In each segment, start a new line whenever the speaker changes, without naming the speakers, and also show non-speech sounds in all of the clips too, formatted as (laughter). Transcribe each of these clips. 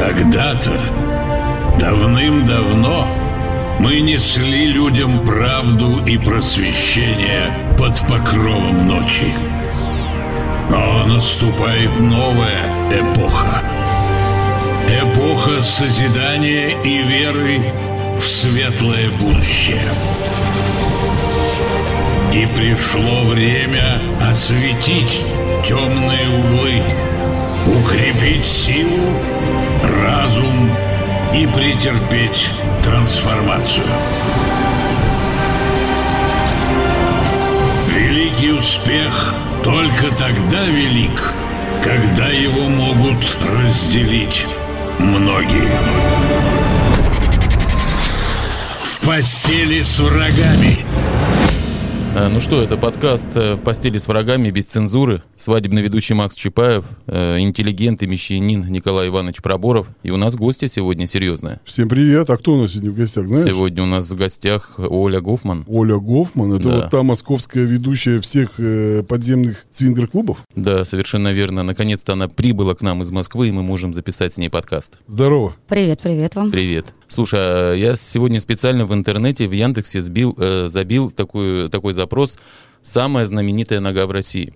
когда-то, давным-давно, мы несли людям правду и просвещение под покровом ночи. Но наступает новая эпоха. Эпоха созидания и веры в светлое будущее. И пришло время осветить темные углы, укрепить силу, разум и претерпеть трансформацию. Великий успех только тогда велик, когда его могут разделить многие. В постели с врагами.
Ну что, это подкаст э, «В постели с врагами» без цензуры. Свадебный ведущий Макс Чапаев, э, интеллигент и мещанин Николай Иванович Проборов. И у нас гости сегодня серьезные.
Всем привет. А кто у нас сегодня в гостях, знаешь?
Сегодня у нас в гостях Оля Гофман.
Оля Гофман. Это
Да.
вот та московская ведущая всех э, подземных свингер-клубов.
Да, совершенно верно. Наконец-то она прибыла к нам из Москвы, и мы можем записать с ней подкаст.
Здорово.
Привет, привет вам.
Привет. Слушай, а я сегодня специально в интернете, в Яндексе сбил, э, забил такую, такой запрос «Самая знаменитая нога в России».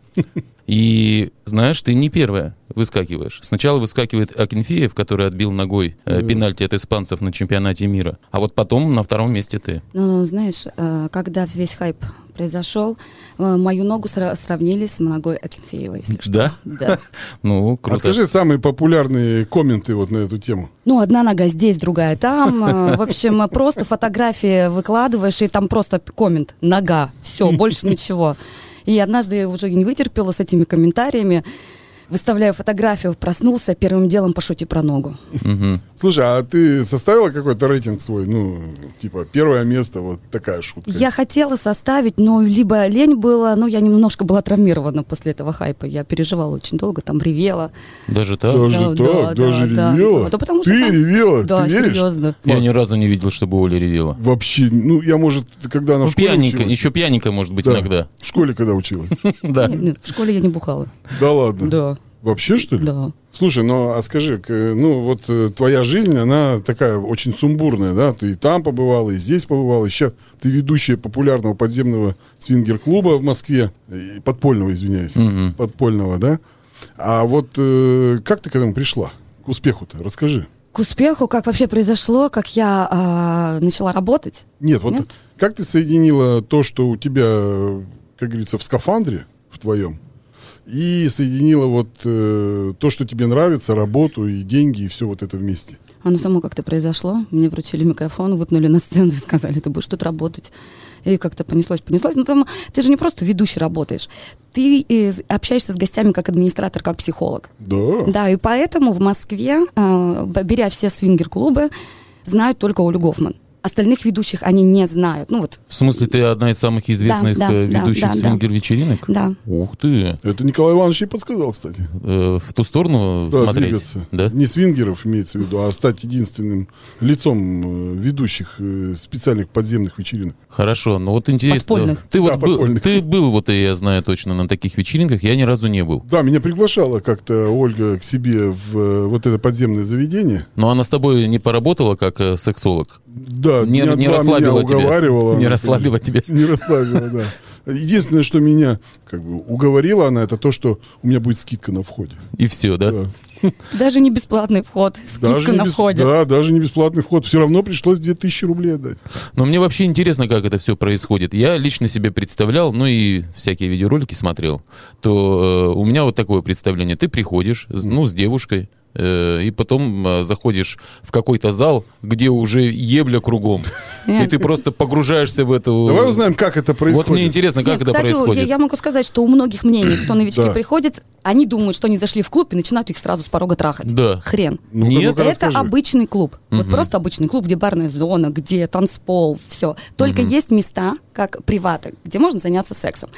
И знаешь, ты не первая выскакиваешь. Сначала выскакивает Акинфеев, который отбил ногой э, пенальти от испанцев на чемпионате мира. А вот потом на втором месте ты.
Ну, ну, знаешь, э, когда весь хайп произошел, э, мою ногу сра- сравнили с ногой Акинфеевой, если что.
Да?
Да.
Ну,
А
круто.
скажи самые популярные комменты вот на эту тему.
Ну, одна нога здесь, другая там. Э, В общем, э, просто фотографии выкладываешь, и там просто коммент «нога», все, больше ничего. И однажды я уже не вытерпела с этими комментариями. Выставляю фотографию, проснулся, первым делом пошути про ногу.
Мгм.
Слушай, а ты составила какой-то рейтинг свой? Ну, типа, первое место, вот такая шутка.
Я хотела составить, но либо лень была, но я немножко была травмирована после этого хайпа. Я переживала очень долго, там ревела.
Даже так?
Даже
Да,
так?
да,
даже
да, да.
ревела?
Да потому что
ты
там-
ревела?
Да,
ты веришь?
серьезно.
Я ни разу не видел, чтобы Оля ревела.
Вообще, ну, я, может, когда она
Ну,
в школе
пьяненько,
училась.
еще пьяненько, может быть,
Да, (laughs)
иногда.
В школе
(laughs)
когда училась.
Да.
Нет, нет, в школе я не бухала.
Да ладно?
Да,
Вообще, что ли?
да.
Слушай, ну а скажи, к- ну вот э, твоя жизнь, она такая очень сумбурная, да? Ты и там побывала, и здесь побывала, и сейчас ты ведущая популярного подземного свингер-клуба в Москве, и подпольного, извиняюсь,
Мгм.
подпольного, да? А вот э, как ты к этому пришла? К успеху-то, расскажи.
К успеху, как вообще произошло, как я а, начала работать.
Нет, вот
Нет?
как ты соединила то, что у тебя, э, как говорится, в скафандре, в твоем, и соединила вот э, то, что тебе нравится, работу и деньги, и все вот это вместе?
Оно само как-то произошло. Мне вручили микрофон, выпнули на сцену и сказали, ты будешь тут работать. И как-то понеслось, понеслось. Ну, там ты же не просто ведущий работаешь. Ты э, с- общаешься с гостями как администратор, как психолог.
Да.
Да, и поэтому в Москве, э, б- беря все свингер-клубы, знают только Олю Гофман. Остальных ведущих они не знают. Ну вот,
В смысле, ты одна из самых известных
да,
э,
да,
ведущих
да, да.
свингер-вечеринок?
да.
Ух ты!
Это Николай Иванович и подсказал, кстати.
Э, в ту сторону
Да,
смотреть?
двигаться.
Да?
Не свингеров имеется в виду, а стать единственным лицом э, ведущих э, специальных подземных вечеринок.
Хорошо, ну вот интересно.
Подпольных.
Ты, вот
Да,
был,
подпольных.
ты был, вот и я знаю точно, на таких вечеринках, я ни разу не был.
Да, меня приглашала как-то Ольга к себе в э, вот это подземное заведение.
Но она с тобой не поработала как э, сексолог?
Да,
Не,
дня
не
два
расслабила
меня
тебя?
уговаривала.
Не
она,
расслабила тебя?
(laughs) Не расслабила, да. Единственное, что меня как бы уговорила она, это то, что у меня будет скидка на входе.
И все, да?
Да.
Даже не бесплатный вход, скидка
не
на
бес-
входе.
Да, даже не бесплатный вход. Все равно пришлось 2000 рублей отдать.
Но мне вообще интересно, как это все происходит. Я лично себе представлял, ну и всякие видеоролики смотрел, то э, у меня вот такое представление. Ты приходишь, с- ну, с девушкой, э, и потом э, заходишь в какой-то зал, где уже ебля кругом. И
Нет.
ты просто погружаешься в эту...
Давай узнаем, как это происходит.
Вот мне интересно, как
Нет,
это
кстати,
происходит.
я, я могу сказать, что у многих мнений, кто новички
Да.
приходят, они думают, что они зашли в клуб и начинают их сразу с порога трахать.
Да.
Хрен.
Ну-ка,
Нет,
ну-ка,
это
Ну, расскажи.
обычный клуб. Вот просто обычный клуб, где барная зона, где танцпол, все. Только есть места, как приваты, где можно заняться сексом.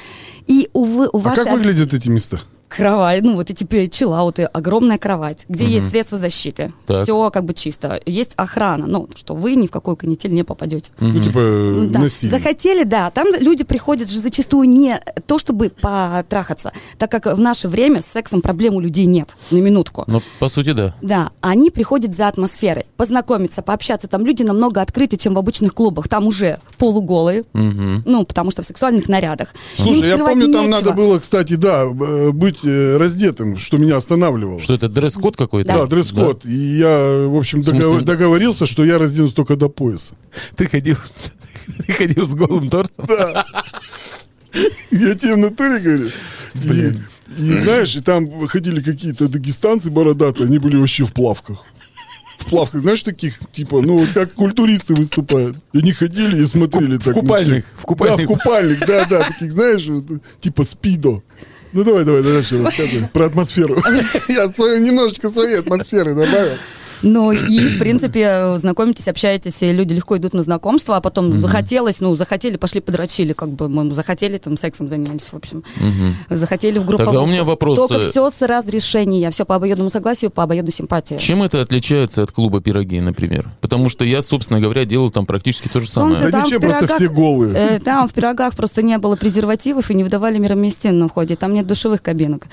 И, увы,
А
у вашей...
как выглядят эти места?
кровать, ну вот эти пе- чиллауты, огромная кровать, где есть средства защиты.
Так.
Все как бы чисто. Есть охрана, ну, что вы ни в какой канитель не попадете.
Ну, типа,
Да.
насилие.
Захотели, да. Там люди приходят же зачастую не то, чтобы потрахаться, так как в наше время с сексом проблем у людей нет, на минутку.
Ну, по сути, да.
Да, они приходят за атмосферой, познакомиться, пообщаться. Там люди намного открыты, чем в обычных клубах. Там уже полуголые, ну, потому что в сексуальных нарядах. Им
Слушай, я
скрывать
помню, там
нечего.
надо было, кстати, да, э, быть э, раздетым, что меня останавливало.
Что это, дресс-код какой-то?
Да, дресс-код. И я, в общем,
В смысле?
договор- договорился, что я разденусь только до пояса.
Да. Ты ходил... (laughs) Ты ходил с голым тортом?
Я тебе в натуре говорю. И- И, знаешь, и там ходили какие-то дагестанцы бородатые, они были вообще в плавках. В плавках, знаешь, таких, типа, ну, вот как культуристы выступают. И они ходили и смотрели так. на
купальник,
всех.
в купальник.
Да, в купальник, да, да, таких, знаешь, вот, типа спидо. Ну, давай, давай, дальше рассказывай про атмосферу. (laughs) Я свою, немножечко своей атмосферы добавил.
Ну, и, в принципе, знакомитесь, общаетесь, и люди легко идут на знакомство, а потом захотелось, ну, захотели, пошли, подрочили, как бы, мы захотели, там, сексом занялись, в общем. Захотели в группу.
Тогда у меня вопрос, э,
Только все с разрешения, все по обоюдному согласию, по обоюдной симпатии.
Чем это отличается от клуба «Пироги», например? Потому что я, собственно говоря, делал там практически то же самое.
Солнце
Да
Ну, Там
ничего,
в
просто
пирогах-
все голые.
Э, Там в пирогах просто не было презервативов и не выдавали мироместин на входе. Там нет душевых кабинок.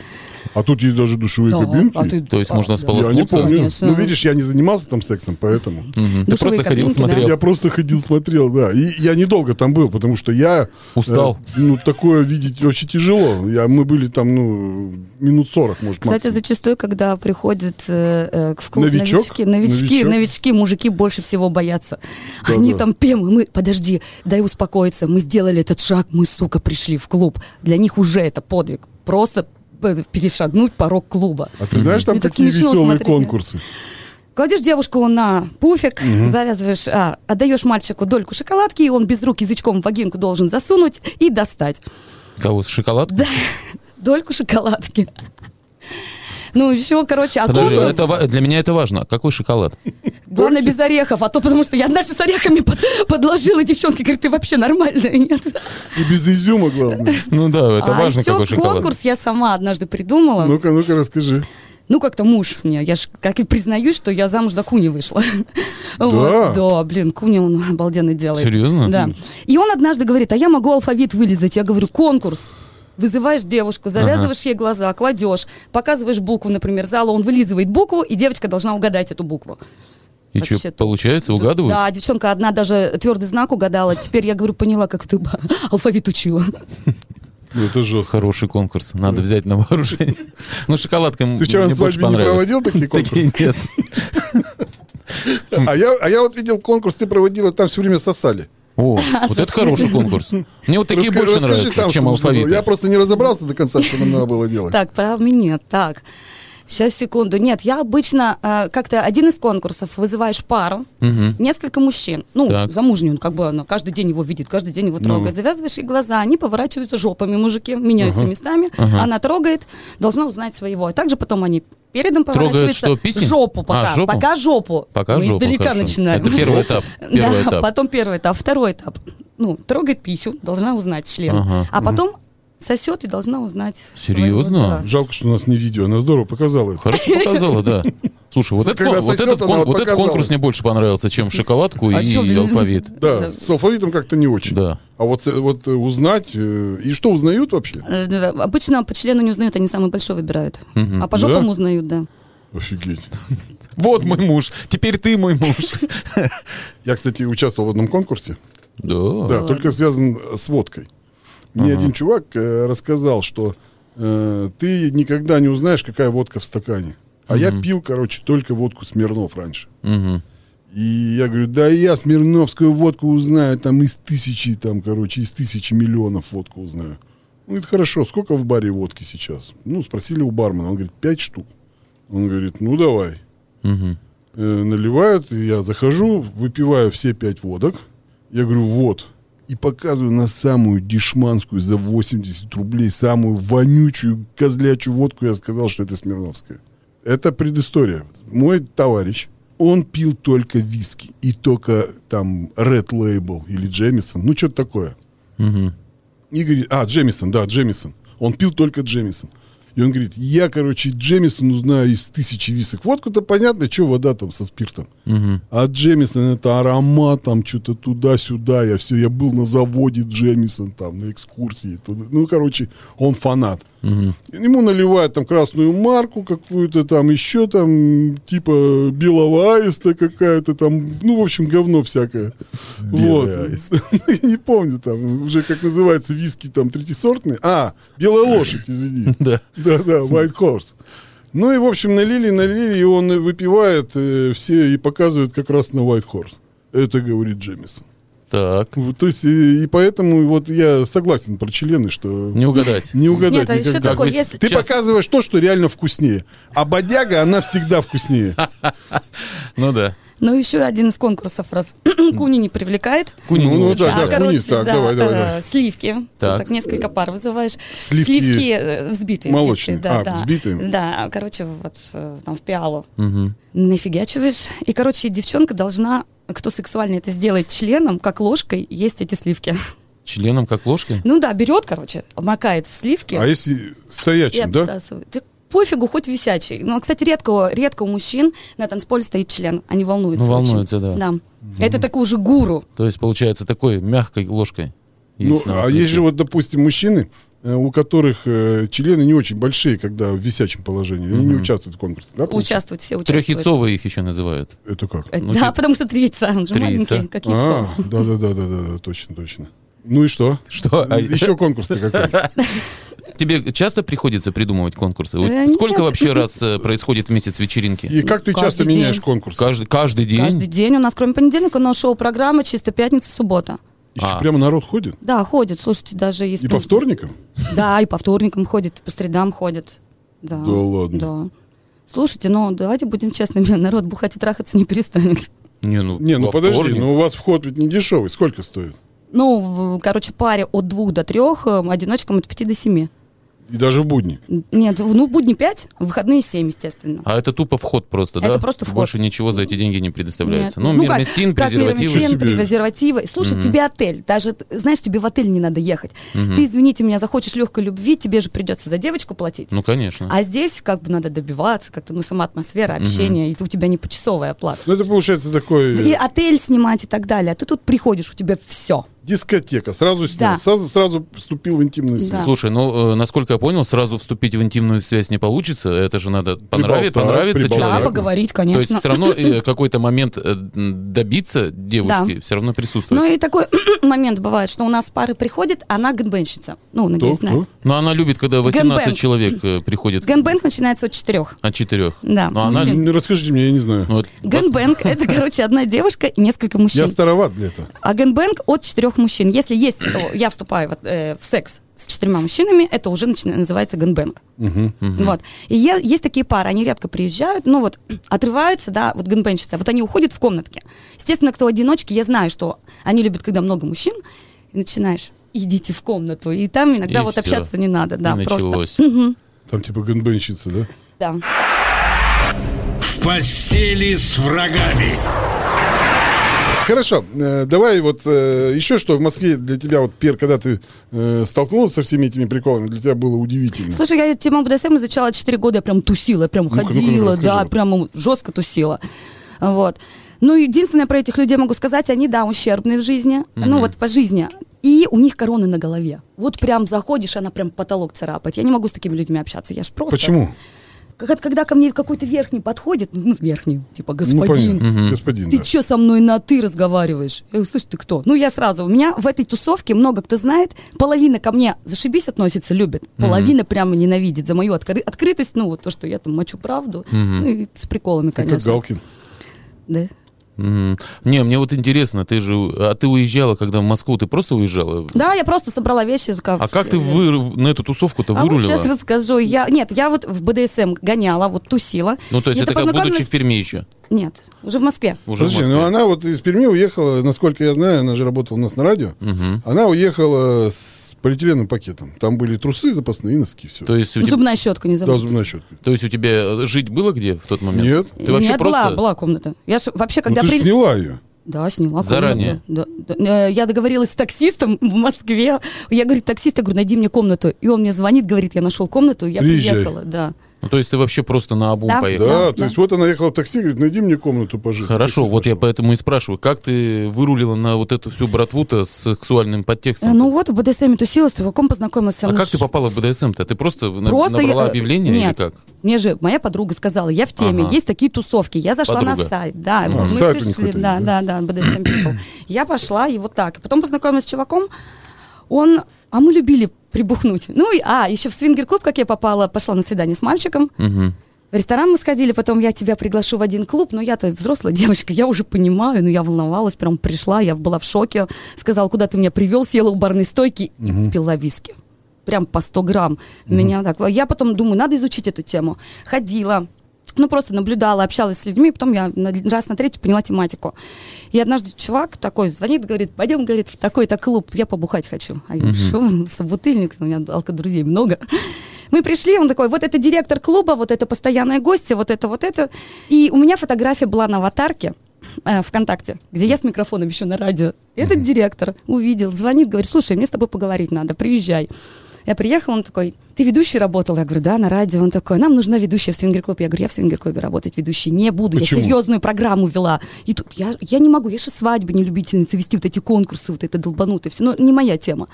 А тут есть даже душевые
Да,
кабинки.
а ты-
То есть
а,
можно
да.
сполоснуть.
Я не помню.
Конечно.
Ну, видишь, я не занимался там сексом, поэтому...
Мгм. Ты
Душевые
просто ходил,
кабинки, да.
смотрел.
Я просто ходил, смотрел, да. И я недолго там был, потому что я...
Устал.
э, ну, такое видеть очень тяжело. Я, мы были там, ну, минут 40, может,
Кстати,
максимум.
зачастую, когда приходят э, э, в клуб
Новичок?
новички, новички,
Новичок.
новички, мужики больше всего боятся.
Да,
Они
да.
там пемы, мы, подожди, дай успокоиться, мы сделали этот шаг, мы, сука, пришли в клуб. Для них уже это подвиг. Просто э, перешагнуть порог клуба.
А ты знаешь, там
Мне Ну, так
какие
смешило
веселые
смотреть.
конкурсы?
Кладешь девушку на пуфик, завязываешь, а, отдаешь мальчику дольку шоколадки, и он без рук язычком в вагинку должен засунуть и достать. (laughs)
Кого, с шоколадкой?
Дольку шоколадки. Ну, еще, короче, а
Подожди,
конкурс-
это ва- для меня это важно. Какой шоколад?
Главное, без орехов, а то потому что я однажды с орехами под- подложила девчонки, говорит, ты вообще нормальная, нет?
И без изюма, главное.
Ну да, это
а
важно,
еще
какой шоколад.
конкурс я сама однажды придумала. Ну,
Ну-ка, ну-ка, расскажи.
как-то муж мне, я же как и признаюсь, что я замуж за Куни вышла. Да? да, блин, Куни он обалденно делает.
Серьезно?
Да. И он однажды говорит, а я могу алфавит вылезать. Я говорю, конкурс. Вызываешь девушку, завязываешь ей глаза, кладешь, показываешь букву, например, залу, он вылизывает букву, и девочка должна угадать эту букву.
И что,
Вообще-то.
получается, угадывают?
Да, девчонка одна даже твердый знак угадала. Теперь я говорю, поняла, как ты (laughs) алфавит учила.
Ну, это жестко.
Хороший конкурс, надо взять на вооружение. (laughs) Ну, шоколадка
Ты вчера на
мне больше
свадьбе не
понравилась.
проводил такие конкурсы?
(laughs) Такие нет.
А я, а я вот видел конкурс, ты проводила, там все время сосали.
(laughs)
О, вот это хороший конкурс. Мне вот такие
Раска-
больше
расскажи там,
нравятся, чем
что нужно было. Я
алфавит.
просто не разобрался до конца, что нам надо было делать.
Так, прав меня, так. Сейчас, секунду. Нет, я обычно э, как-то один из конкурсов вызываешь пару, несколько мужчин. Ну,
Так. Ну.
замужнюю, как бы она каждый день его видит, каждый день его трогает. Завязываешь ей глаза, они поворачиваются жопами, мужики, меняются местами. Она трогает, должна узнать своего. А также потом они передом
Трогают
поворачиваются.
что, писень?
Жопу
А,
пока.
жопу?
Пока жопу.
Пока
Мы
жопу,
издалека
хорошо.
начинаем.
Это первый
(laughs)
этап. Первый
да,
этап.
потом первый этап, второй этап. Ну, трогает писю, должна узнать член.
Ага,
а потом сосет и должна узнать.
Серьезно?
своего, да.
Жалко, что у нас не видео, она здорово показала это.
(laughs)
Хорошо показала, да. Слушай, вот,
Ну,
этот
Когда
кон- вот
сосет,
этот,
она
кон-
вот
вот этот
показала.
конкурс мне больше понравился, чем шоколадку
А чё,
и
блин?
алфавит.
Да, с алфавитом как-то не очень.
Да.
А вот, э, вот э, узнать... э, И что узнают вообще?
Э, да, Обычно по члену не узнают, они самый большой выбирают. А по жопам
Да?
узнают, да.
Офигеть.
Вот мой муж, теперь ты мой муж.
Я, кстати, участвовал в одном конкурсе.
(laughs) Да.
Да, только связан э, с водкой. Мне один чувак э, рассказал, что э, ты никогда не узнаешь, какая водка в стакане. А я пил, короче, только водку Смирнов раньше.
Мгм.
И я говорю, да я Смирновскую водку узнаю, там из тысячи, там, короче, из тысячи миллионов водку узнаю. Он говорит, хорошо, сколько в баре водки сейчас? Ну, спросили у бармена, он говорит, пять штук. Он говорит, ну, давай. Э, наливают, и я захожу, выпиваю все пять водок. Я говорю, вот. И показываю на самую дешманскую за 80 рублей, самую вонючую козлячью водку. Я сказал, что это Смирновская. Это предыстория. Мой товарищ, он пил только виски. И только там Red Label или Джемисон. Ну, что-то такое. И говорит, а, Джемисон, да, Джемисон. Он пил только Джемисон. И он говорит, я, короче, Джемисон узнаю из тысячи висок. Водку-то понятно, что вода там со спиртом. А Джемисон это аромат, там что-то туда-сюда. Я все, я был на заводе Джемисон, там, на экскурсии. туда». Ну, короче, он фанат. Ему наливают там красную марку какую-то, там еще там, типа белого аиста какая-то там, ну, в общем, говно всякое.
Белый
Вот.
аист.
Я (laughs) не помню там, уже как называется виски там третисортные. А, белая лошадь,
(laughs)
извини.
Да.
Да-да, White Horse. Ну и, в общем, налили, налили, и он выпивает э, все и показывает как раз на White Horse. Это говорит Джемисон.
Так.
Вот, То есть, э, и поэтому вот я согласен про члены, что
Не угадать.
не угадать
Нет, а еще
никогда.
такой,
Как бы
если...
Ты
Сейчас-
показываешь то, что реально вкуснее. А бодяга, она всегда
(laughs)
вкуснее.
Ну да.
Ну, еще один из конкурсов, раз (clears throat) Куни не привлекает.
Куни
Ну,
не
ну,
очень.
да,
А,
да. Куни, так, давай, давай,
э,
давай.
Сливки.
Так.
Так. несколько пар вызываешь.
Сливки-
э, взбитые.
Молочные.
взбитые, да,
А,
да.
взбитые.
Да, короче, вот э, там в пиалу.
Мгм.
Нафигачиваешь. И, короче, девчонка должна, кто сексуально это сделает членом, как ложкой, есть эти сливки. (laughs)
Членом как ложкой?
Ну да, берет, короче, макает в сливки.
А если
и
стоячим, да?
обсасывает. Да пофигу, хоть висячий. Ну, а, кстати, редко, редко у мужчин на танцполе стоит член. Они волнуются
Ну,
очень.
волнуются, да.
Да. Это такой уже гуру.
То есть получается такой мягкой ложкой.
Ну,
Если
а
нас
есть же
слышит.
вот, допустим, мужчины, э, у которых э, члены не очень большие, когда в висячем положении. Они не участвуют в конкурсе, да? получается?
Участвуют все, участвуют.
Трехяйцовые их еще называют.
Это как?
Э,
Ну,
да,
типа-
потому что три яйца, он же
Три яйца.
маленький, как яйцо.
(laughs) А, да, да, да, да, да, да, точно, точно. Ну и что?
Что? А-
Еще
(laughs)
конкурс-то какой?
Тебе часто приходится придумывать конкурсы? Вот
Э,
Сколько
нет.
вообще раз э, происходит в месяц вечеринки?
И как ты
Каждый
часто
день.
меняешь конкурс?
Каждый, каждый день?
Каждый день у нас, кроме понедельника, но шоу-программа чисто пятница, суббота.
Еще
А.
прямо народ ходит?
Да, ходит, слушайте, даже из...
И по вторникам?
Да, и по вторникам ходит, и по средам ходит. Да,
Да ладно.
Да. Слушайте, ну давайте будем честными, (laughs) народ бухать и трахаться не перестанет.
Не, ну,
Не, ну
во
подожди,
вторник.
ну у вас вход ведь не дешевый. Сколько стоит?
Ну, в, короче, паре от двух до трех, э, одиночкам от пяти до семи.
И даже в будни.
Нет, в- ну в будни пять, в выходные семь, естественно.
А это тупо вход просто, да?
Это просто вход.
Больше ничего за эти деньги не предоставляется.
Нет.
Ну,
как-
мирместин,
как
презервативы.
мирместин,
себе.
презервативы. Слушай, тебе отель. Даже, т- знаешь, тебе в отель не надо ехать. Ты, извините меня, захочешь легкой любви, тебе же придется за девочку платить.
Ну, конечно.
А здесь как бы надо добиваться, как-то, ну, сама атмосфера, общение, и ты- у тебя не почасовая оплата.
Ну это получается такой...
И отель снимать и так далее. А ты тут приходишь, у тебя все.
Дискотека. Сразу снял.
Да.
Сразу, сразу вступил в интимную связь.
Да.
Слушай, ну, э, насколько я понял, сразу вступить в интимную связь не получится. Это же надо понрави-
Приболтать,
понравиться
приболтать.
Да,
Понятно.
человеку.
поговорить,
То есть
конечно.
все равно э, какой-то момент э, м, добиться девушки
Да.
все равно присутствует.
Ну и такой (clears throat) момент бывает, что у нас пары приходит, она гэнбенщица. Ну, надеюсь,
Кто?
знаю.
Кто?
Но она любит, когда 18
Гэнбэнг.
человек э, приходит
Гэнбэнг начинается от четырех.
от 4.
Да,
Но она...
мужчин.
Ну, Расскажите мне, я не знаю.
ну, вот
Гэнбэнг — это, короче, одна девушка и несколько мужчин.
Я староват для этого.
А гэнбэнг от четырех мужчин. Если есть, э, я вступаю в, э, в секс с четырьмя мужчинами, это уже начина- называется гэнбэнг. Вот. И е- есть такие пары, они редко приезжают, ну вот, (clears throat) отрываются, да, вот гэнбэнщицы, вот они уходят в комнатке. Естественно, кто одиночки, я знаю, что они любят, когда много мужчин, и начинаешь идите в комнату. И там иногда
И
вот
всё.
общаться не надо, да,
и
просто.
началось.
Там типа гэнбэнщица, да?
Да.
В постели с врагами.
Хорошо, э, давай вот э, еще что в Москве для тебя, вот, Пер, когда ты э, столкнулся со всеми этими приколами, для тебя было удивительно.
Слушай, я тему БДСМ изучала 4 года, я прям тусила, я прям
Ну-ка, ну-ка,
ходила,
расскажи.
да, прям жестко тусила. Вот. Ну, единственное про этих людей могу сказать, они, да, ущербные в жизни, ну вот по жизни. И у них короны на голове. Вот прям заходишь, она прям потолок царапает. Я не могу с такими людьми общаться, я ж просто...
Почему?
Как- когда ко мне какой-то верхний подходит, ну, верхний, типа,
Ну,
господин,
понятно. Господин,
ты
да.
чё со мной на ты разговариваешь? Я говорю, слышь, ты кто? Ну, я сразу, у меня в этой тусовке много кто знает, половина ко мне зашибись относится, любит, половина прямо ненавидит за мою откры- открытость, ну, вот то, что я там мочу правду, ну, и с приколами,
Ты как
конечно.
Галкин.
Да.
Мгм. Не, мне вот интересно, ты же... А ты уезжала, когда в Москву, ты просто уезжала?
Да, я просто собрала вещи. как-
А как ты выру- на эту тусовку-то
А вот
вырулила?
сейчас расскажу. Я, нет, я вот в БДСМ гоняла, вот тусила.
Ну, то есть
Я-то
это как будучи
познакомилась-
в Перми еще.
Нет, уже в Москве.
Уже в
Слушай,
Москве.
ну она вот из Перми уехала, насколько я знаю, она же работала у нас на радио. Она уехала с полиэтиленовым пакетом. Там были трусы запасные, и носки, все.
То есть, у тебя,
Зубная щетка не
Да,
забыла.
зубная щетка.
то есть у тебя жить было где в тот момент?
Нет.
Ты вообще
Нет,
просто...
была, была комната. Я ж вообще, когда
ну ты
при-
ж сняла ее.
Да, сняла комнату.
Заранее?
Да, да. Э, Я договорилась с таксистом в Москве. Я говорю, таксист, я говорю, найди мне комнату. И он мне звонит, говорит, я нашел комнату, я
Приезжай.
приехала. Да.
Ну, то есть ты вообще просто на обум
Да.
Да,
поехал.
Да,
то
да.
есть вот она ехала в такси, говорит, найди мне комнату пожить.
Хорошо,
Таксист
вот я
нашел.
поэтому и спрашиваю, как ты вырулила на вот эту всю братву-то с сексуальным
Э,
подтекстом?
Ну вот, в БДСМ тусила, с твоим познакомилась.
а
Она
как ты
ж-
попала в БДСМ-то? Ты просто, на-
Просто
набрала
я- э,
объявление
нет.
или как?
Мне же моя подруга сказала, я в теме,
Ага.
есть такие тусовки. Я зашла
Подруга.
на сайт, да, вот мы
сайт у них
пришли,
это
да,
есть,
да, да, BDSM People. Я пошла и вот так. Потом познакомилась с чуваком, он, а мы любили прибухнуть. Ну и, а, еще в свингер-клуб, как я попала, пошла на свидание с мальчиком.
Мгм.
В ресторан мы сходили, потом я тебя приглашу в один клуб, но я-то взрослая (laughs) девочка, я уже понимаю, но я волновалась, прям пришла, я была в шоке, сказала, куда ты меня привел, съела у барной стойки и пила виски. Прям по 100 грамм. Меня так... Я потом думаю, надо изучить эту тему. Ходила, ну, просто наблюдала, общалась с людьми, потом я на- раз на третий поняла тематику. И однажды чувак такой звонит, говорит, пойдем, говорит, в такой-то клуб, я побухать хочу. А я говорю, что, (laughs) собутыльник, у меня алкодрузей много. Мы пришли, он такой, вот это директор клуба, вот это постоянные гости, вот это, вот это. И у меня фотография была на аватарке э, ВКонтакте, где я с микрофоном еще на радио. И Этот директор увидел, звонит, говорит, слушай, мне с тобой поговорить надо, приезжай. Я приехала, он такой, ты ведущий работал? Я говорю, да, на радио. Он такой, нам нужна ведущая в свингер-клубе. Я говорю, я в свингер-клубе работать ведущей не буду.
Почему?
Я серьезную программу вела. И тут я, я не могу, я же свадьбы не любительница вести, вот эти конкурсы, вот это долбанутое все. Но не моя тема.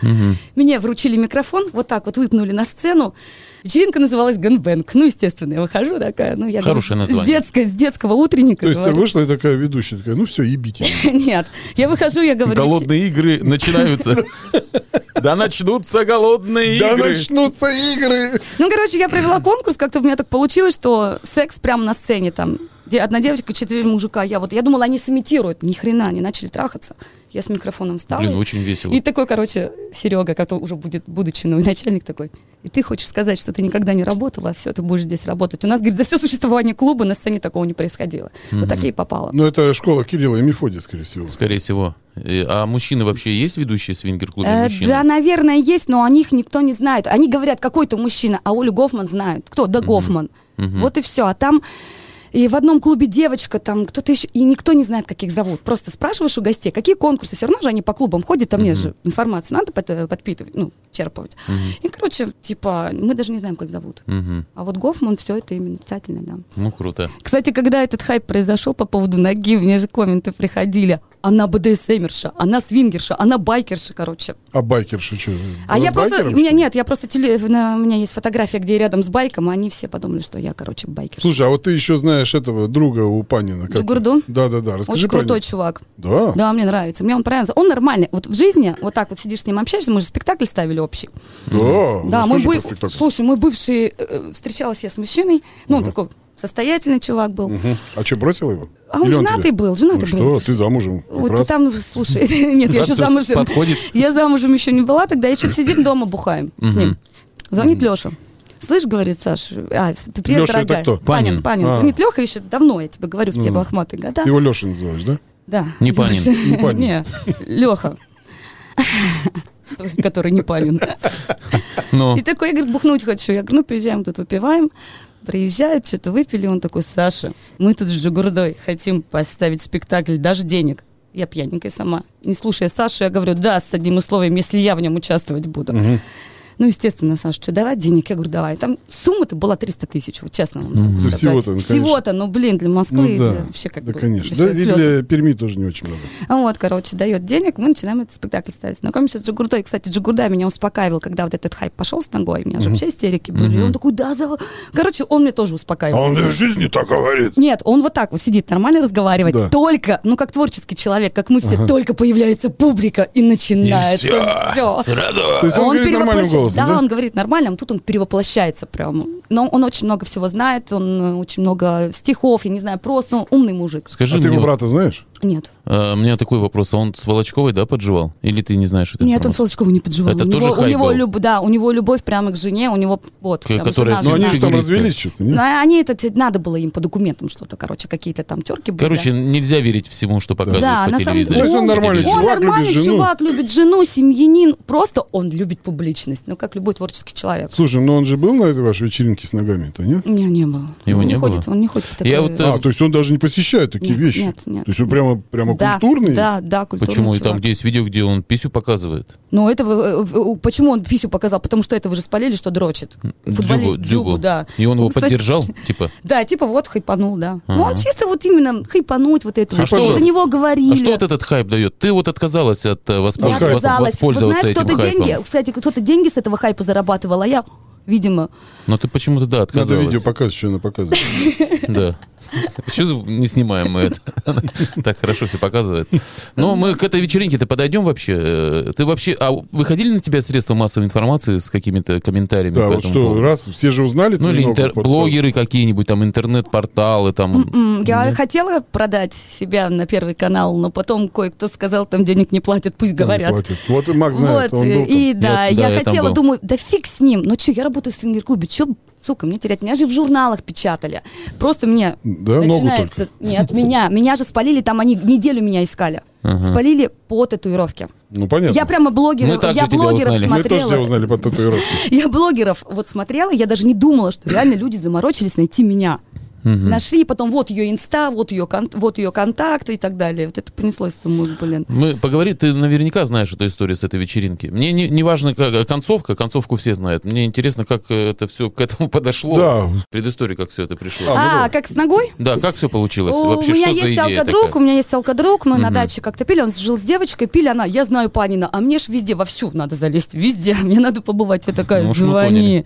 Мне вручили микрофон, вот так вот выпнули на сцену. Вечеринка называлась «Гэнбэнк». Ну, естественно, я выхожу такая. Ну, я
Хорошее
говорю,
название.
С, детской, с детского утренника.
То есть ты
говорю.
вышла и такая ведущая, такая, ну все, ебите.
(laughs) Нет, я выхожу, я говорю...
Голодные игры начинаются. Да начнутся голодные
Да
игры.
начнутся игры!
Ну, короче, я провела конкурс, как-то у меня так получилось, что секс прямо на сцене там. Де- Одна девочка, четыре мужика. Я вот, я думала, они сымитируют. Ни хрена, они начали трахаться. Я с микрофоном встала.
Блин, очень весело.
И такой, короче, Серега, который уже будет, будучи новый (laughs) начальник такой. И ты хочешь сказать, что ты никогда не работала, а все, ты будешь здесь работать. У нас, говорит, за все существование клуба на сцене такого не происходило. Вот так я и попала.
Ну это школа Кирилла и Мефодия, скорее всего.
Скорее всего. Э, А мужчины вообще есть ведущие свингер-клубы
Э,
мужчины?
Да, наверное, есть, но о них никто не знает. Они говорят, какой-то мужчина, а Олю Гофман знают. Кто? Да Гофман. Вот и все. А там и в одном клубе девочка, там кто-то еще, и никто не знает, как их зовут. Просто спрашиваешь у гостей, какие конкурсы, все равно же они по клубам ходят, а мне же информацию надо под- подпитывать, ну, черпывать. И, короче, типа, мы даже не знаем, как зовут.
Мгм.
А вот Гофман все это именно писательно, да.
Ну, круто.
Кстати, когда этот хайп произошел по поводу ноги, мне же комменты приходили. Она БДСМерша, она свингерша, она байкерша, короче.
А байкерша что?
А я просто... У меня нет, я просто... Теле... на- У меня есть фотография, где я рядом с байком, и они все подумали, что я, короче, байкер.
Слушай, а вот ты еще знаешь этого друга у Панина. как-
Джигурду?
Да-да-да, расскажи
Очень
про
крутой
него.
чувак.
Да?
Да, мне нравится. Мне он нравится. Он нормальный. Вот в жизни, вот так вот сидишь с ним, общаешься, мы же спектакль ставили общий.
Да,
Да, мой
расскажи
быв...
Ну, про спектакль.
Слушай, мой бывший... э, э, Встречалась я с мужчиной. Ну, он такой состоятельный чувак был.
Мгм. А что, бросила его?
А он
Или
женатый
тебя?
был, женатый
ну,
был.
что, ты замужем. как
Вот
раз.
там, ну, слушай, (laughs) нет, (laughs) я
Да,
еще
всё
замужем.
подходит.
Я замужем еще не была, тогда еще сидим дома бухаем с ним. Звонит Леша. Слышь, говорит Саш, а, привет,
Лёша это
дорогая.
кто?
Панин.
Панин, Панин.
А.
Звонит Леха еще давно, я тебе говорю, в те лохматые года.
Ты его Леша называешь, да?
Да.
Не Панин.
Лёша. (laughs)
Не Панин.
Не,
(laughs)
Леха. Который не Панин.
Но
(laughs) И такой, я говорю, бухнуть хочу. Я говорю, ну, приезжаем тут, выпиваем. Приезжают, что-то выпили. Он такой, Саша, мы тут с Жигурдой хотим поставить спектакль, даже денег. Я пьяненькая сама. Не слушая Сашу, я говорю, да, с одним условием, если я в нем участвовать буду. Ну, естественно, Саша, что, давай денег? Я говорю, давай. Там сумма-то была 300 тысяч, вот честно вам могу
Да
сказать.
всего-то, ну, конечно.
Всего-то, ну, блин, для Москвы
Ну да,
это вообще как
да,
бы
конечно.
вообще
Да, и
слёз.
для Перми тоже не очень много.
А Вот, короче, дает денег, мы начинаем этот спектакль ставить. Знакомимся с Джигурдой. Кстати, Джигурда меня успокаивал, когда вот этот хайп пошел с ногой. У меня же вообще истерики были. И он такой, да, за... Короче, он мне тоже
А
успокаивал.
он в жизни так говорит.
Нет, он вот так вот сидит, нормально разговаривает.
Да.
Только, ну как творческий человек, как мы все, только появляется публика и начинается все.
То есть он, говорит нормальным голосом,
да,
да?
он говорит нормальным, тут он перевоплощается прямо. Но он очень много всего знает, он э, очень много стихов, я не знаю, просто ну, умный мужик.
скажи
А ты
мне,
его
вот,
брата знаешь?
Нет.
э, у меня такой вопрос. А он с Волочковой, да, подживал? Или ты не знаешь эту
Нет, он
информацию?
Солочкова не подживал.
Это
у него,
тоже
у
хайп
него
был?
люб- да, у него любовь прямо к жене, у него вот. прям
которая-
жена,
Ну,
Ну, они
жена.
же там
Фигуристка.
развелись что-то,
Ну,
нет?
а они это те- надо было им по документам что-то, короче, какие-то там терки были.
Короче,
да.
нельзя верить всему, что показывают
Да,
по
на самом
телевизору.
деле. То есть он
нормальный
он
чувак любит
нормальный
жену.
чувак, любит жену, семьянин, просто он любит публичность, ну как любой творческий человек.
Слушай, ну он же был на этой вашей вечеринке вечеринки с ногами-то, нет?
У меня не было.
Его
он
не было?
ходит, он не ходит. в
Я
такое-
вот, э,
А, то есть он даже не посещает такие
Нет,
вещи?
нет, нет.
То есть он прямо, прямо
да,
культурный?
Да, да, культурный
Почему? И
чувак.
там где есть видео, где он писю показывает.
Ну, это вы- э, э, почему он писю показал? Потому что это вы же спалили, что дрочит. Футболист
Дзюбу, Дзюбу.
да. Ну,
И он его
кстати, (laughs)
поддержал, типа.
Да, типа вот хайпанул, да. Ну,
Ага.
он чисто вот именно хайпануть вот это.
А
вот.
что-
Про него говорили.
А что вот этот хайп дает? Ты вот отказалась от э,
Я
воспольз- вос-
отказалась. Вы
воспользоваться
знаете, кто-то
этим хайпом.
деньги, кстати, кто-то деньги с этого хайпа зарабатывал, а я, видимо,
Но Ну, ты почему-то, да,
Надо
отказалась.
видео показывать, что она показывает.
Да.
(laughs)
Почему не снимаем мы это? (laughs) Так хорошо все показывает. Но мы к этой вечеринке-то подойдем вообще. Э, Ты вообще... А выходили на тебя средства массовой информации с какими-то комментариями?
Да,
по
вот
этому
что,
поводу?
раз, все же узнали.
Ну или
твою ногу
интер-
под-
блогеры какие-нибудь, там интернет-порталы, там...
м, я хотела продать себя на первый канал, но потом кое-кто сказал, там денег не платят, пусть
под-
говорят.
платят. Вот и Макс знает,
вот, э,
он был там.
и да,
Я- да,
я,
я там
хотела,
был.
думаю, да фиг с ним, ну что, я работаю в свингер-клубе, что, сука, мне терять, меня же в журналах печатали, просто мне
Да, ногу
начинается, нет, меня, меня же спалили, там они неделю меня искали, спалили по татуировке,
Ну, понятно.
я прямо
Мы
блогеров,
также
я
тебя
блогеров
узнали.
Мы тоже тебя
смотрела,
узнали под татуировкой.
я блогеров вот смотрела, я даже не думала, что реально люди заморочились найти меня. Нашли, потом вот ее инста, вот ее, кон- вот ее контакты и так далее. Вот это понеслось тому, блин.
Мы поговори, ты наверняка знаешь эту историю с этой вечеринки. Мне не, не важно как, концовка, концовку все знают. Мне интересно, как это все к этому подошло.
Да.
Предыстория, как все это
ну
пришло.
А, как с ногой?
Да, как все получилось?
О,
Вообще,
у меня
что за
есть
идея
алкодруг,
такая?
у меня есть алкодруг, мы на даче как-то пили, он жил с девочкой, пили она, я знаю Панина, а мне ж везде, вовсю надо залезть, везде, (laughs) мне надо побывать, я такая,
Ну уж мы поняли.
звони.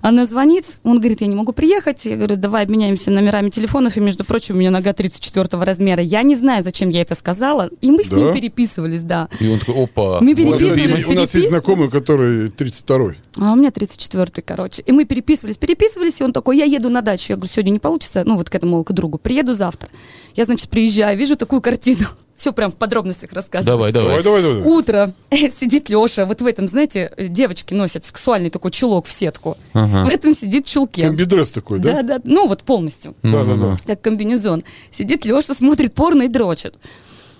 Она звонит, он говорит, я не могу приехать, я говорю, давай обменяемся номерами телефонов, и, между прочим, у меня нога 34 размера, я не знаю, зачем я это сказала, и мы с
Да?
ним переписывались, да.
И он такой,
(laughs)
опа.
Мы
Вот,
переписывались,
У нас есть
переписывались.
знакомый, который 32-й.
А у меня 34-й, короче. И мы переписывались, переписывались, и он такой, я еду на дачу. Я говорю, сегодня не получится, ну вот к этому другу, приеду завтра. Я, значит, приезжаю, вижу такую картину. (laughs) Все прям в подробностях рассказываю.
Давай,
Давай,
давай.
давай, давай.
Утро. э, Сидит Леша. Вот в этом, знаете, девочки носят сексуальный такой чулок в сетку.
Ага.
В этом сидит в чулке.
Комбидресс такой, да?
да, да. Ну вот полностью
Да, да, А да.
как комбинезон. Сидит Леша, смотрит порно и дрочит.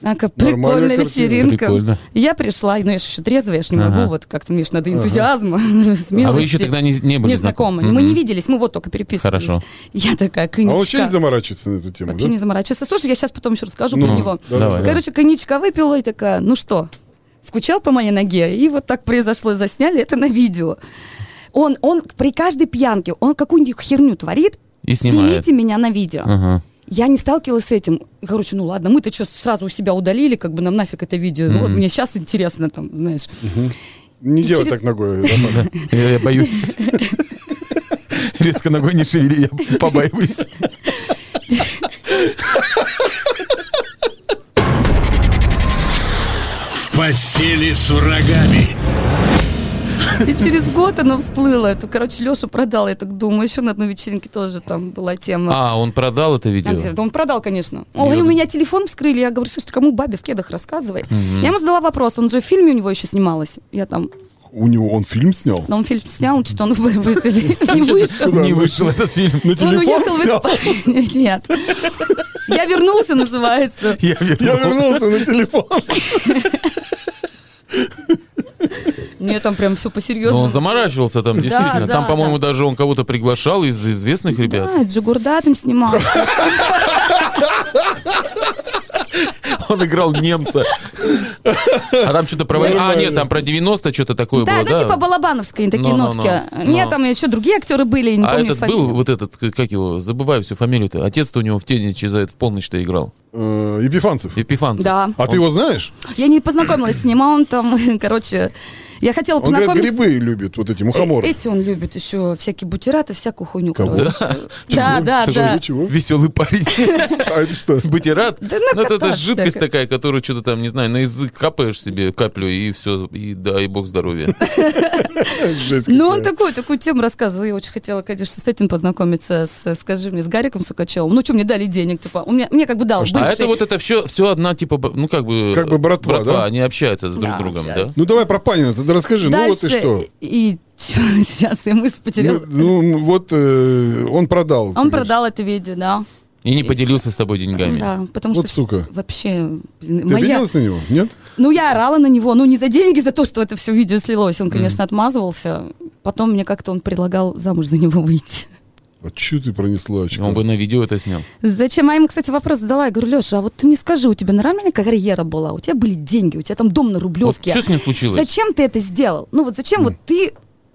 А как
Нормальная
прикольная
картина.
вечеринка.
Прикольно.
Я пришла, ну я же еще трезвая, я же не
Ага.
могу, вот как-то мне ж надо (laughs) энтузиазма, смелости.
А вы еще тогда не, не были
не знакомы. Мы
Мгм.
не виделись, мы вот только переписывались.
Хорошо.
Я такая,
А
коньячка.
он вообще не заморачивается на эту тему,
Вообще
да?
не заморачивается. Слушай, я сейчас потом еще расскажу
Ну,
про него.
да,
Давай.
да.
Короче, коньячка выпила и такая, ну что, скучал по моей ноге? И вот так произошло, засняли это на видео. Он, он при каждой пьянке, он какую-нибудь херню творит,
И снимает.
снимите меня на видео.
Ага.
Я не сталкивалась с этим. Короче, ну ладно, мы-то что, сразу у себя удалили, как бы нам нафиг это видео. Ну вот мне сейчас интересно там, знаешь.
Не
И
делай
через-
так ногой. Роман.
Я, я боюсь. (laughs) Резко ногой не шевели, я побаиваюсь.
В постели с врагами.
И через год оно всплыло. Это, короче, Леша продал, я так думаю. Еще на одной вечеринке тоже там была тема.
А, он продал это
Там
видео?
где-то Он продал, конечно. Ой,
Я-
у меня телефон вскрыли. Я говорю, слушай, ты кому бабе в кедах рассказывай? Я ему задала вопрос. Он же в фильме у него еще снималась. Я там,
У него он фильм снял?
но он фильм снял, что он в- в-
(laughs)
в- не вышел.
Не вышел этот фильм.
Он
телефон
уехал в
снял?
Испанию. (laughs) Нет. Я вернулся, называется.
Я
Я
вернул.
вернулся на
(laughs)
телефон.
Мне там прям
(laughs) Но Ну,
все
он
по-серьезному.
заморачивался там, действительно.
да,
Там, по-моему, даже он кого-то приглашал из известных ребят.
Да, Джигурда там снимал.
(laughs) Он играл немца. А там что-то про... А, нет, там про 90 что-то такое
Да,
было,
ну
да?
типа балабановские такие
Но-но-но.
нотки.
Но.
Нет, там еще другие актеры были, я не
А
Ну, помню
этот
фамилию.
был, вот этот, к- как его, забываю всю фамилию-то. Отец-то у него в тени исчезает, в полночь-то играл.
Э, Епифанцев.
Епифанцев.
Да.
А ты его знаешь?
Я не познакомилась с ним, а он там, (laughs) короче, я хотела
Он, говорят,
познакомиться.
грибы любит, вот эти мухоморы.
Э, Эти он любит еще всякие бутераты, всякую хуйню.
Кого?
короче. Да,
(laughs)
да,
Ты же
(laughs)
да.
ничего.
Веселый парень.
(laughs)
А это что?
Бутерат?
Да
Ну, это, это
накататься
жидкость
всякое.
такая, которую что-то там, не знаю, на язык капаешь себе каплю, и все, и да, и бог
(laughs)
здоровья.
Жесть
Ну, он
какая.
такую, такую тему рассказывал. Я очень хотела, конечно, с этим познакомиться, с, скажи мне, с Гариком Сукачевым. Ну, что, мне дали денег, типа, у меня, мне как бы дал
А
бывший.
это вот это все, все одна, типа, б- ну, как бы...
Как бы братва, да?
они общаются с друг
Да,
с другом, да?
общаются.
Ну, давай про Панина тогда расскажи. Ну, вот
Дальше,
и что.
и, чё, (laughs) сейчас я мысль
Ну,
потеряла.
ну, вот э, он продал. ты
Он
говоришь.
продал это видео, да.
И не
И-
поделился с тобой деньгами.
Да, потому
Вот
что
сука.
вообще блин,
Ты
моя-
обиделась на него? Нет?
Ну, я орала на него, ну, не за деньги, за то, что это все видео слилось. Он, конечно, отмазывался. Потом мне как-то он предлагал замуж за него (laughs) выйти.
А че ты пронесла очко?
Ну, Он бы на видео это снял.
Зачем? А я ему, кстати, вопрос задала. Я говорю, Леша, а вот ты мне скажи, у тебя нормальная карьера была? У тебя были деньги, у тебя там дом на
Вот
Рублевке.
что с ним А случилось?
Зачем ты это сделал? Ну вот зачем вот ты,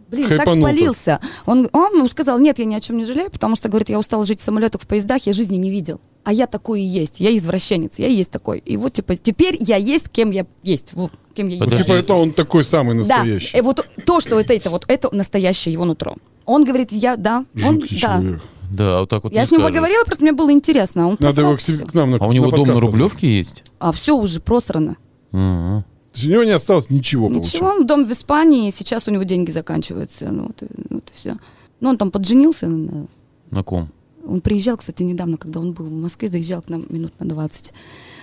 блин, так
Хайпанул-то.
спалился? Он, а, он сказал, нет, я ни о чем не жалею, потому что, говорит, я устал жить в самолетах, в поездах, я жизни не видел. А я такой и есть, я извращенец, я и есть такой. И вот, типа, теперь я есть, кем я есть, вот, кем я
Ну,
есть.
Подожди.
типа это он такой самый настоящий.
Да, и вот то, что это, это вот это настоящее его нутро. Он говорит, я, да, он,
Жуткий
да.
человек.
Да, вот так вот
Я
не
с ним
скажешь.
поговорила, просто мне было интересно. а Он
Надо его к,
послал
себе-
всё.
к нам на
А у него дом на
подкаст
Рублевке есть? А,
А все уже просрано.
Мгм.
позвать. То есть у него не осталось ничего,
Ничего, он дом в Испании, сейчас у него деньги заканчиваются. Ну вот, и- вот и все. Ну, он там подженился. на-
На ком?
Он приезжал, кстати, недавно, когда он был в Москве, заезжал к нам минут на 20.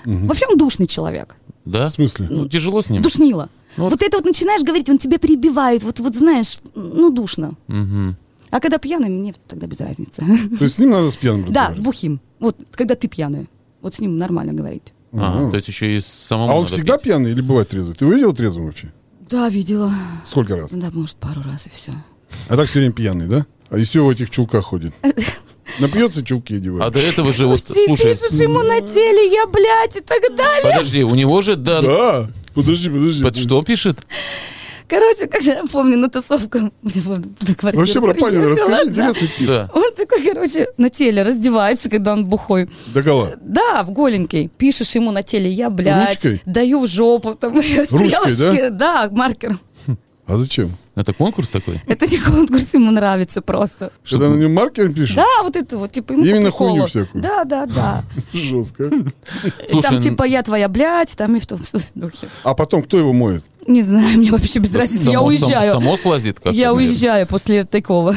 Вообще он душный человек.
Да?
В смысле?
Ну, тяжело с ним.
Душнило.
Ну,
вот это вот начинаешь говорить, он тебя перебивает, вот, вот знаешь, ну, душно.
Мгм.
А когда пьяный, мне тогда без разницы.
получается. То есть с ним надо с пьяным
Да, с
разговаривать?
бухим. Вот, когда ты пьяный. Вот с ним нормально говорить.
Ага,
Ага.
А, то есть еще и самому
А он
Ну, надо
всегда
пить.
пьяный или бывает трезвый? Ты его видел трезвым вообще?
Да, видела.
Сколько раз?
Да, может, пару раз и все.
А так все время пьяный, да? А и все в этих чулках
(laughs)
ходит. Напьется, чулки
А
одевает.
до этого же, вот,
Ты
слушай,
пишешь ему на теле, я, блядь, и так далее.
подожди, у него же, А да,
Да, подожди, подожди.
под что пишет?
Короче, когда я помню на тусовку, (laughs) где вот на квартиру
Вообще про Панина
приехала,
расскажи,
да.
интересный тип.
Да.
Он такой, короче, на теле раздевается, когда он бухой.
До гола.
Да, в голенький. Пишешь ему на теле, я, блядь,
Ручкой?
даю в жопу, там, (laughs) стрелочки. Да? маркером.
А зачем?
Это конкурс такой?
Это не конкурс, ему нравится просто.
Когда на нем маркером пишут?
Да, вот это вот, типа, ему
Именно
по приколу.
хуйню всякую.
Да, да, да.
(laughs) Жестко.
И
Слушай,
там
ну-
типа я твоя блядь, там и в том в том духе.
А потом кто его моет?
Не знаю, мне вообще без разницы. Я
Само-
уезжаю.
Само, само слазит как-то,
я
наверное.
уезжаю после такого.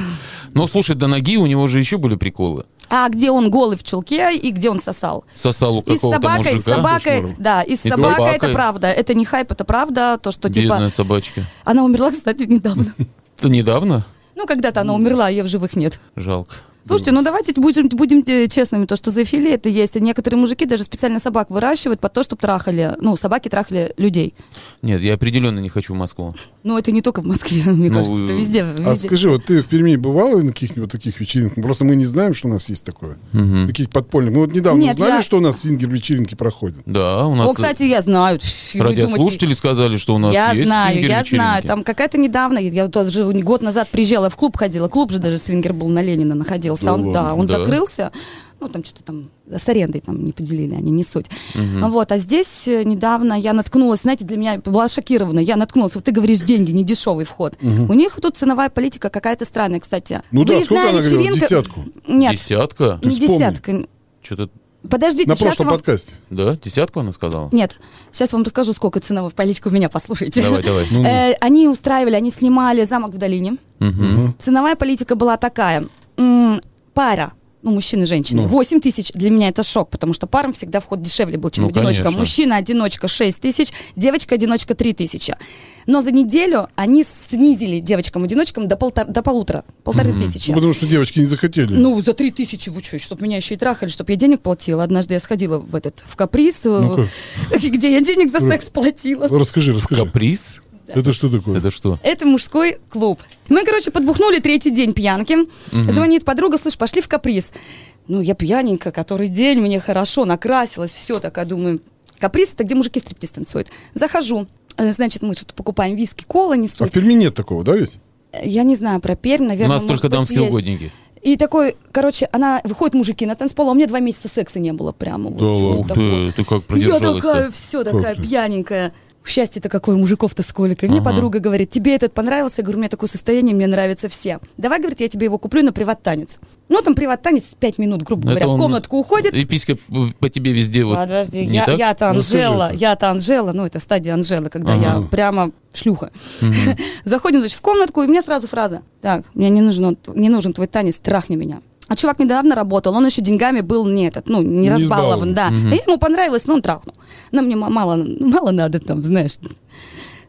Ну, слушай, до ноги у него же еще были приколы.
А где он голый в чулке и где он сосал?
Сосал у
И с
какого-то
собакой,
мужика.
с собакой,
кошмаром.
да, и с
И с
собакой, это
собакой.
правда. Это не хайп, это правда. То, что
Бедная
типа.
собачка.
Она умерла, (laughs) кстати, недавно.
Это недавно?
Ну, когда-то она умерла, а ее в живых нет.
Жалко.
Слушайте, ну давайте будем, будем э, честными, то, что зоофилия это есть. И некоторые мужики даже специально собак выращивают под то, чтобы трахали, ну, собаки трахали людей.
Нет, я определенно не хочу в Москву.
Но это не только в Москве, (laughs) мне
Ну,
кажется, это везде.
А
везде.
скажи, вот ты в Перми бывала на каких-нибудь таких вечеринках? Просто мы не знаем, что у нас есть такое. Таких подпольных. Мы вот недавно
Нет,
узнали,
я-
что у нас вингер-вечеринки проходят.
Да, у нас
О, кстати, я знаю.
э,
Вы думаете,
радиослушатели сказали, что у нас
я
есть
знаю, я
свингер-вечеринки.
знаю. Там какая-то недавно, я даже год назад приезжала, я в клуб ходила. Клуб же даже свингер был на Ленина находился.
Да
он,
ладно?
да, он
Да.
закрылся. Ну, там что-то там с арендой там не поделили, они не суть. Вот, а здесь э, недавно я наткнулась, знаете, для меня была шокирована. Я наткнулась, вот ты говоришь, деньги, не дешевый вход. У них тут ценовая политика какая-то странная, кстати.
Ну да, сколько
Выездная
она говорила?
вечеринка-
Десятку?
Нет,
Десятка?
Ты
не
вспомни.
десятка.
Что-то...
Подождите,
На
сейчас
прошлом
вам...
подкасте.
Да, десятку она сказала?
Нет, сейчас вам расскажу, сколько ценовой политика у меня, послушайте.
Давай, давай. Ну, ну.
Э, Они устраивали, они снимали замок в долине.
Мгм.
Ценовая политика была такая. М, Пара, ну, мужчина и женщина,
Ну.
8 тысяч, для меня это шок, потому что парам всегда вход дешевле был, чем
Ну,
одиночкам.
конечно.
Мужчина-одиночка 6 тысяч, девочка-одиночка 3 тысячи. Но за неделю они снизили девочкам-одиночкам до, полтора, до полутора, полторы тысячи.
Ну, потому что девочки не захотели.
Ну, за три тысячи, вы что, чтобы меня еще и трахали, чтобы я денег платила. Однажды я сходила в этот, в каприз, э,
Ну-ка.
(laughs) где я денег
Ну.
за секс платила.
Расскажи, расскажи.
Каприз?
Это что такое?
Это что?
Это мужской клуб. Мы, короче, подбухнули третий день пьянки. Звонит подруга, слышь, пошли в каприз. Ну, я пьяненькая, который день, мне хорошо, накрасилась, все, такая, думаю, каприз, это где мужики стриптиз танцуют. Захожу, Э, значит, мы что-то покупаем виски, кола
А в
несут.
Перми нет такого, да ведь?
Я не знаю про Пермь, наверное,
у нас только дамские угодники.
И такой, короче, она выходит, мужики, на танцпол, а у меня два месяца секса не было прямо. вот
Да
чего
ладно?
Ух
такого.
ты, ты как
Я
продержалась
такая, все, такая
ты?
пьяненькая. Счастье-то какое, мужиков-то сколько. И мне
Ага.
подруга говорит, тебе этот понравился? Я говорю, у меня такое состояние, мне нравятся все. Давай, говорит, я тебе его куплю на приват-танец. Ну, там приват-танец 5 минут, грубо
Ну,
говоря, а в комнатку уходит.
И писька в- по тебе везде вот...
Подожди,
не
я,
так?
я-то
Расскажи
Анжела,
это.
я-то Анжела, ну, это стадия Анжелы, когда я
Ага.
прямо шлюха. (laughs) Заходим, значит, в комнатку, и мне сразу фраза. Так, мне не нужен, он- не нужен твой танец, трахни меня. А чувак недавно работал, он еще деньгами был не этот, ну, не,
Не
разбалован,
избалован.
да. И ему понравилось, но он трахнул. Но мне ма- мало, мало надо там, знаешь.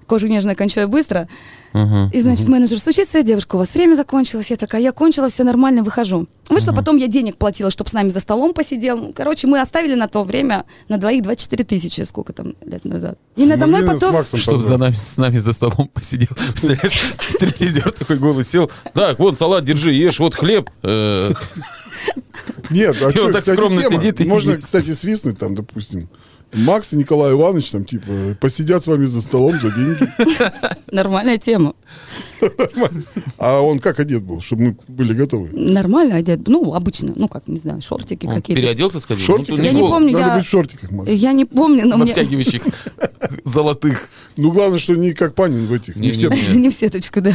кожу нежно кончаю быстро.
Ага.
И, значит, менеджер стучится, девушка, у вас время закончилось. Я такая, я кончила, все нормально, выхожу. Вышло, потом я денег платила, чтобы с нами за столом посидел. Короче, мы оставили на то время на двоих 24 тысячи, сколько там лет назад. И
Ну,
надо мной
Блин, с
потом...
Максом
Чтоб
тогда.
за нами, с нами за столом (laughs) посидел. Представляешь, стриптизер такой голый сел. Так, вот салат, держи, ешь, вот хлеб. Э,
Нет, а
И
чё,
он так
кстати,
скромно
тема.
сидит и
Можно,
ест.
кстати, свистнуть там, допустим. Макс и Николай Иванович там, типа, посидят с вами за столом за деньги.
Нормальная тема.
А он как одет был, чтобы мы были готовы?
Нормально одет. Ну, обычно. Ну, как, не знаю, шортики
Он
какие-то.
переоделся, сходил? Ну,
Шортики?
тут
Я не
голый.
помню,
Надо
я-
быть в шортиках, Макс.
Я не помню, но
В
мне... (laughs)
обтягивающих золотых.
Ну, главное, что не как Панин в этих. Не
Не, не,
все. так.
Нет.
Не в сеточку, да.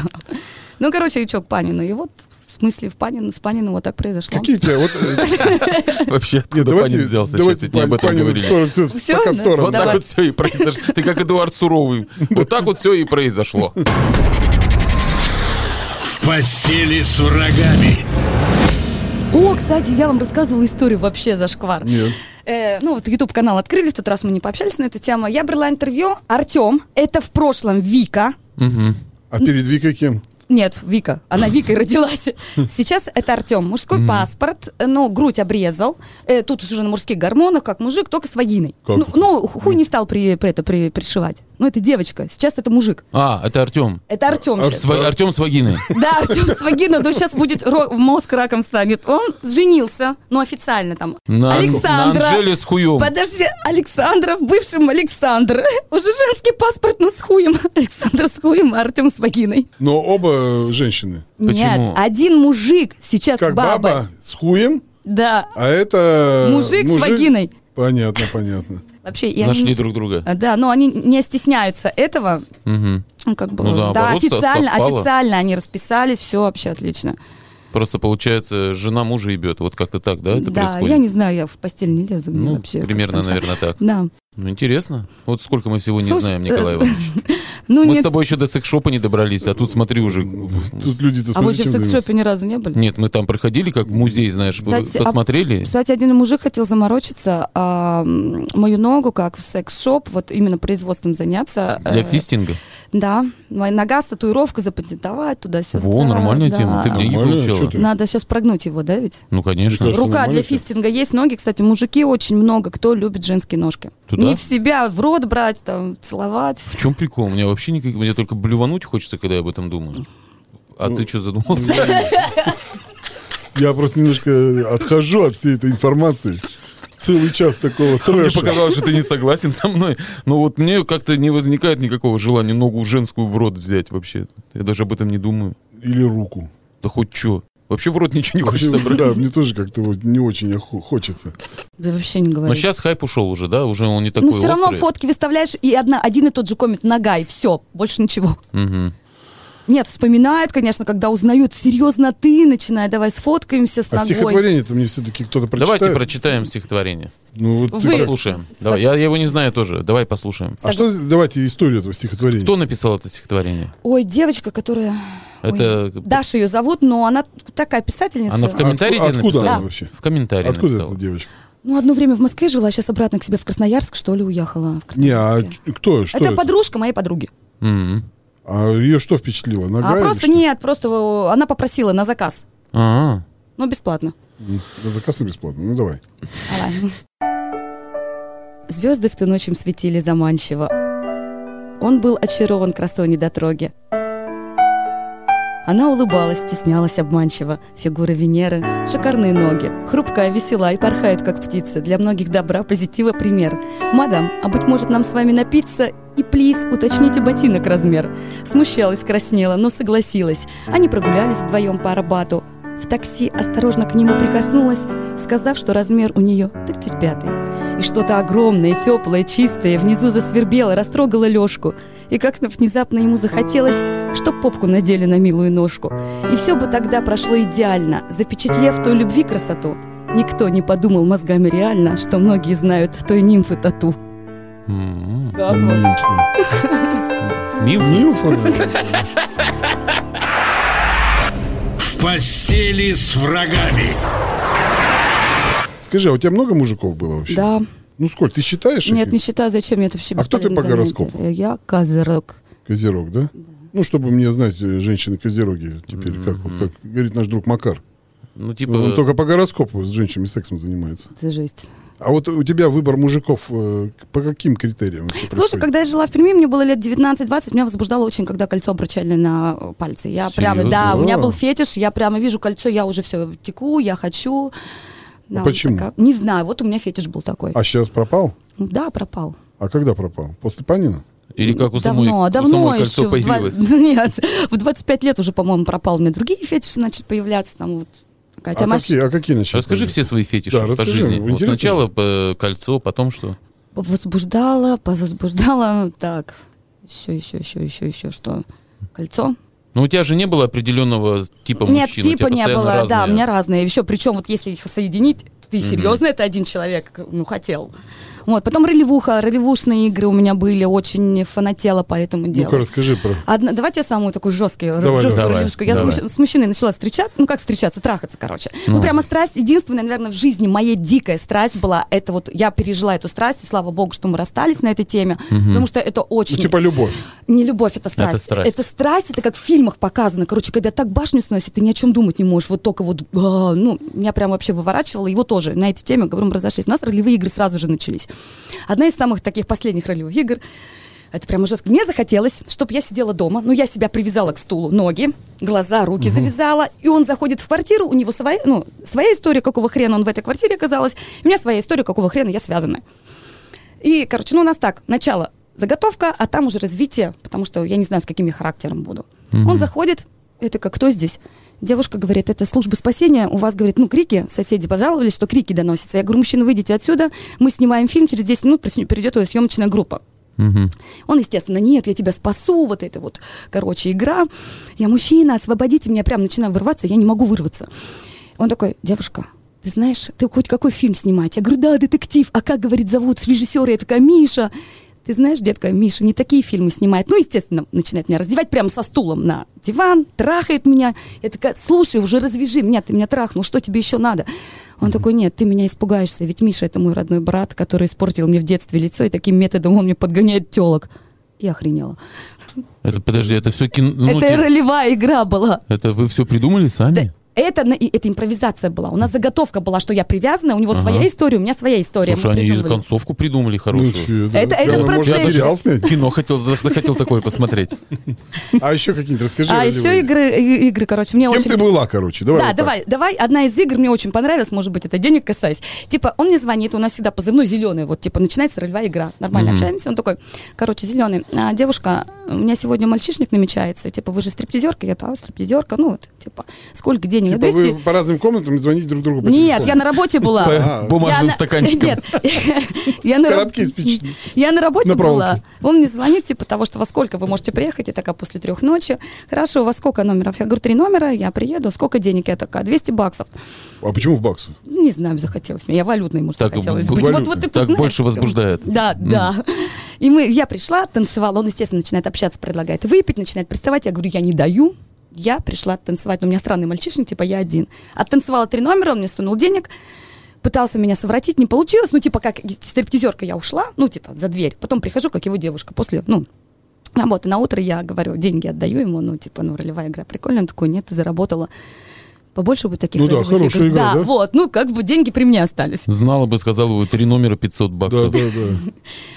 Ну, короче, и чё к Панину. И вот, в смысле, в Панин, с Панина вот так произошло.
Какие у тебя? Вот, э,
Вообще,
нет,
откуда
давайте,
Панин взялся?
давайте
Сейчас ведь не об
Пан-
этом
Панина в
говорили.
сторону, всё,
Всё,
пока в
да?
сторону.
Вот так
Давай.
вот все и произошло. Ты как Эдуард Суровый. Вот так вот все и
(laughs)
произошло.
В постели с врагами.
О, кстати, я вам рассказывала историю вообще зашквар.
Нет.
Э, ну, вот YouTube канал открыли, в тот раз мы не пообщались на эту тему. Я брала интервью. Артем, это в прошлом Вика.
А перед Викой кем?
Нет, Вика. Она Викой родилась. Сейчас это Артем. Мужской паспорт, э, но грудь обрезал. Э, тут уже на мужских гормонах, как мужик, только с вагиной.
Как
ну,
это?
ну, хуй не стал при, при это при- пришивать. Ну, это девочка. Сейчас это мужик.
А, это Артем.
Это Артем
Ар-
сейчас.
Артем с вагиной.
Да, Артем с вагиной, но сейчас будет ро- мозг раком станет. Он женился, ну официально там.
На, на
Александра.
Анжеле с хуем.
Подожди, Александров, бывшим Александр. (laughs) Уже женский паспорт, но с хуем. (laughs) Александр с хуем, а Артем с вагиной.
Но оба женщины.
Почему?
Нет, один мужик сейчас
Как
баба.
баба с хуем,
Да.
а это...
Мужик с вагиной.
Понятно, понятно.
Вообще, и
Нашли
они-
друг друга.
А, Да, но они не стесняются этого.
Мгм.
Ну, Как бы,
Ну да,
да,
оборот со-
официально,
совпало.
официально они расписались, все вообще отлично.
Просто получается, жена мужа ебет. Вот как-то так, да, это
да,
происходит?
я не знаю, я в постель не лезу, мне
Ну,
вообще. как
примерно,
там са-
наверное, так.
Да.
Ну, интересно. Вот сколько мы всего не
Слушай,
знаем, Николай
э,
Иванович.
(laughs) Ну,
Мы
нет,
с тобой еще до секс-шопа не добрались, а тут, смотри, уже...
Тут люди-то
а вы
смотри,
же в
чем занимаются.
секс-шопе ни разу не были?
Нет, мы там проходили как в музей, знаешь,
Кстати, а-
посмотрели.
Кстати, один мужик хотел заморочиться, а, м, мою ногу, как в секс-шоп, вот именно производством заняться. э,
Для фистинга.
Да, моя нога с татуировкой запатентовать туда-сюда.
Во, нормальная
да.
тема. Ты мне не
Нормально, чё
получала.
ты?
Надо сейчас прогнуть его, да ведь?
Ну, конечно.
Мне кажется,
Рука
нормально
для
всё.
фистинга есть, ноги, кстати, мужики очень много, кто любит женские ножки.
Туда?
Не в себя, в рот брать, там, целовать.
В чем прикол? Мне вообще никак... Мне только блювануть хочется, когда я об этом думаю. А
Ну,
ты что задумался?
Я просто немножко отхожу от всей этой информации. Целый час такого
Мне
трэша.
показалось, что ты не согласен со мной. Но вот мне как-то не возникает никакого желания ногу женскую в рот взять вообще. Я даже об этом не думаю.
Или руку.
Да хоть что. Вообще в рот ничего не хочется
Вообще,
брать.
Да, мне тоже как-то вот не очень охо- хочется.
Да вообще не говори.
Но сейчас хайп ушел уже, да? Уже он не такой
Ну, все равно
острый.
фотки выставляешь, и одна, один и тот же коммент нога, и все, больше ничего.
Мгм.
Нет, вспоминают, конечно, когда узнают, серьезно ты, начинай, давай сфоткаемся с
А
ногой.
стихотворение-то мне все-таки кто-то прочитает.
Давайте прочитаем стихотворение.
Ну, вот ты
Вы-
как-
Послушаем. Давай. Я, я его не знаю тоже. Давай послушаем.
А что, за- давайте историю этого стихотворения.
Кто написал это стихотворение?
Ой, девочка, которая... Ой,
Это-
Даша ее зовут, но она такая писательница. А,
Она в
ком-
комментарии
Отку-
тебе
откуда
написала?
она вообще?
В комментарии
Откуда
написала.
эта девочка?
Ну, одно время в Москве жила, а сейчас обратно к себе в Красноярск, что ли, уехала. в
Не, а
Красноярске.
ч- кто? Что
это,
это?
подружка моей подруги.
Мгм.
А ее что впечатлило? Нога
а
или
просто
что?
нет, просто э, она попросила на заказ,
А,
но бесплатно.
М, да Заказ Ну, на бесплатно. Ну
(laughs)
давай.
Звезды в ту ночь им светили заманчиво. Он был очарован красой недотроги. Она улыбалась, стеснялась обманчиво. Фигура Венеры, шикарные ноги. Хрупкая, весела и порхает, как птица. Для многих добра, позитива пример. «Мадам, а быть может нам с вами напиться?» И, плиз, уточните ботинок размер. Смущалась, краснела, но согласилась. Они прогулялись вдвоем по Арбату. В такси осторожно к нему прикоснулась, сказав, что размер у нее 35 И что-то огромное, теплое, чистое внизу засвербело, растрогало Лешку. И как внезапно ему захотелось, чтоб попку надели на милую ножку. И все бы тогда прошло идеально, запечатлев той любви красоту. Никто не подумал мозгами реально, что многие знают той нимфы тату.
М-м-м.
м.
Как вам?
М-м.
Мил?
Милфа, наверное.
В постели с врагами.
Скажи, а у тебя много мужиков было вообще?
Да,
Ну сколько? Ты считаешь? их?
нет, не считаю, зачем я это вообще
А кто ты
бесполезное
по гороскопу?
занятие. Я козырог.
Козерог, да? Ну, чтобы мне знать, э, женщины-козероги теперь, как, вот, как говорит наш друг Макар.
Ну, типа...
Он только по гороскопу с женщинами сексом занимается.
Это жесть.
А вот у тебя выбор мужиков э, к- по каким критериям? вообще
Слушай,
происходит?
когда я жила в Перми, мне было лет 19-20, меня возбуждало очень, когда кольцо обручали на э, пальце. Я прямо,
Серьезно?
да, у меня был
А.
фетиш, я прямо вижу кольцо, я уже все теку, я хочу. Да, вот
почему?
такая- Не знаю, вот у меня фетиш был такой.
А сейчас пропал?
Да, пропал.
А когда пропал? После Панина?
Или
А
как у самой,
давно,
у
давно
самой
еще.
кольцо
в два-
появилось.
(laughs) Нет, в 25 лет уже, по-моему, пропал. У меня другие фетиши начали появляться. Там вот такая
а,
тема.
какие, а какие начали?
Расскажи все свои фетиши
Да,
по
расскажи, ну,
жизни. Вот
интересно.
сначала э, кольцо, потом что?
Возбуждала, (laughs) повозбуждала. Так, еще, еще, еще, еще, еще что? Кольцо?
Ну, у тебя же не было определенного типа
Нет,
мужчин. у тебя
типа не
постоянно
было, да, у
разные.
меня разные. Еще, причем вот если их соединить, ты серьезно это один человек, ну, хотел. Вот, потом ролевуха, ролевушные игры у меня были, очень фанатела по этому делу.
Ну-ка, расскажи про...
Одна, давайте я самую такую жесткую,
Давай,
жесткую
давай.
ролевушку. Я с
Давай.
мужч- с, мужчиной начала встречаться, ну как встречаться, трахаться, короче. Ну, прямо страсть, единственная, наверное, в жизни моя дикая страсть была, это вот я пережила эту страсть, и слава богу, что мы расстались на этой теме, потому что это очень...
Ну, типа любовь.
Не любовь, это страсть.
страсть.
Это страсть, это как в фильмах показано. Короче, когда так башню сносит, ты ни о чем думать не можешь. Вот только вот, а, ну, меня прям вообще выворачивало. Его тоже на этой теме, говорю, мы разошлись. У нас ролевые игры сразу же начались. Одна из самых таких последних ролевых игр, это прямо жестко. Мне захотелось, чтобы я сидела дома, но я себя привязала к стулу, ноги, глаза, руки завязала, и он заходит в квартиру, у него своя, ну, своя история, какого хрена он в этой квартире оказалась, у меня своя история, какого хрена я связана. И, короче, ну у нас так, начало заготовка, а там уже развитие, потому что я не знаю, с каким я характером буду. Он заходит, это как кто здесь? Девушка говорит, это служба спасения, у вас, говорит, ну, крики, соседи пожаловались, что крики доносятся. Я говорю, мужчина, выйдите отсюда, мы снимаем фильм, через 10 минут прис- придет её съемочная группа. Он, естественно, нет, я тебя спасу, вот это вот, короче, игра. Я мужчина, освободите меня, прям начинаю вырваться, я не могу вырваться. Он такой, девушка, ты знаешь, ты хоть какой фильм снимать? Я говорю, да, детектив. А как, говорит, зовут режиссера? Я такая, Миша. Ты знаешь, детка, Миша не такие фильмы снимает. Ну, естественно, начинает меня раздевать прямо со стулом на диван, трахает меня. Я такая, слушай, уже развяжи меня, ты меня трахнул, что тебе еще надо? Он такой, нет, ты меня испугаешься, ведь Миша это мой родной брат, который испортил мне в детстве лицо, и таким методом он мне подгоняет телок. Я охренела.
Это, подожди, это все кино... ну,
это
те-
ролевая игра была.
это вы все придумали сами?
Да, Это, на- и- это импровизация была. У нас заготовка была, что я привязана, у него своя история, у меня своя история.
Слушай,
Мы
они
придумали.
концовку придумали
Ну,
хорошую.
чё, да,
Это- это
прямо
в
можно
процессе.
сериал снять.
Кино хотел, за- захотел такое посмотреть.
А еще какие-нибудь расскажи.
А
ролевые.
еще игры, и- игры, короче, мне
Кем
очень...
ты была, короче? Давай.
да,
вот так.
давай, давай. Одна из игр мне очень понравилась, может быть, это денег касаясь. Типа, он мне звонит, у нас всегда позывной зеленый, вот, типа, начинается ролевая игра. Нормально общаемся, он такой, короче, зеленый. «А, девушка, у меня сегодня мальчишник намечается, типа, вы же стриптизерка, я да, стриптизерка, ну, вот, типа, сколько денег?
Типа
200?
вы по разным комнатам звоните друг другу по
Нет,
телефону.
я на работе была.
(laughs) По
бумажным
(laughs) Я на-
стаканчикам.
Нет, я на
Коробки из печи.
(laughs) я на работе
На проволоке.
была. Он мне звонит, типа того, что во сколько вы можете приехать. Я такая, после трех ночи. Хорошо, у вас сколько номеров? Я говорю, три номера, я приеду. Сколько денег? Я такая, 200 баксов.
А почему в баксах?
Не знаю, захотелось мне. Я валютной, может,
Так,
хотелось
б-
быть.
валютной.
Вот, вот ты
Так
познаешь.
больше возбуждает.
Да, да. И мы, я пришла, танцевала. Он, естественно, начинает общаться, предлагает выпить, начинает приставать. Я говорю, я не даю. Я пришла танцевать. Но у меня странный мальчишник, типа я один. Оттанцевала три номера, он мне сунул денег. Пытался меня совратить, не получилось. Ну, типа, как стриптизерка я ушла, ну, типа, за дверь. Потом прихожу, как его девушка, после, ну, работы. На утро я говорю, деньги отдаю ему, ну, типа, ну, ролевая игра прикольная. Он такой, нет, ты заработала. Побольше бы таких
Ну да,
ролевых
хорошая
игр.
игра, да?
вот, ну, как бы деньги при мне остались.
Знала бы, сказала бы, три номера 500
Да,
баксов.
да,
(laughs)
да.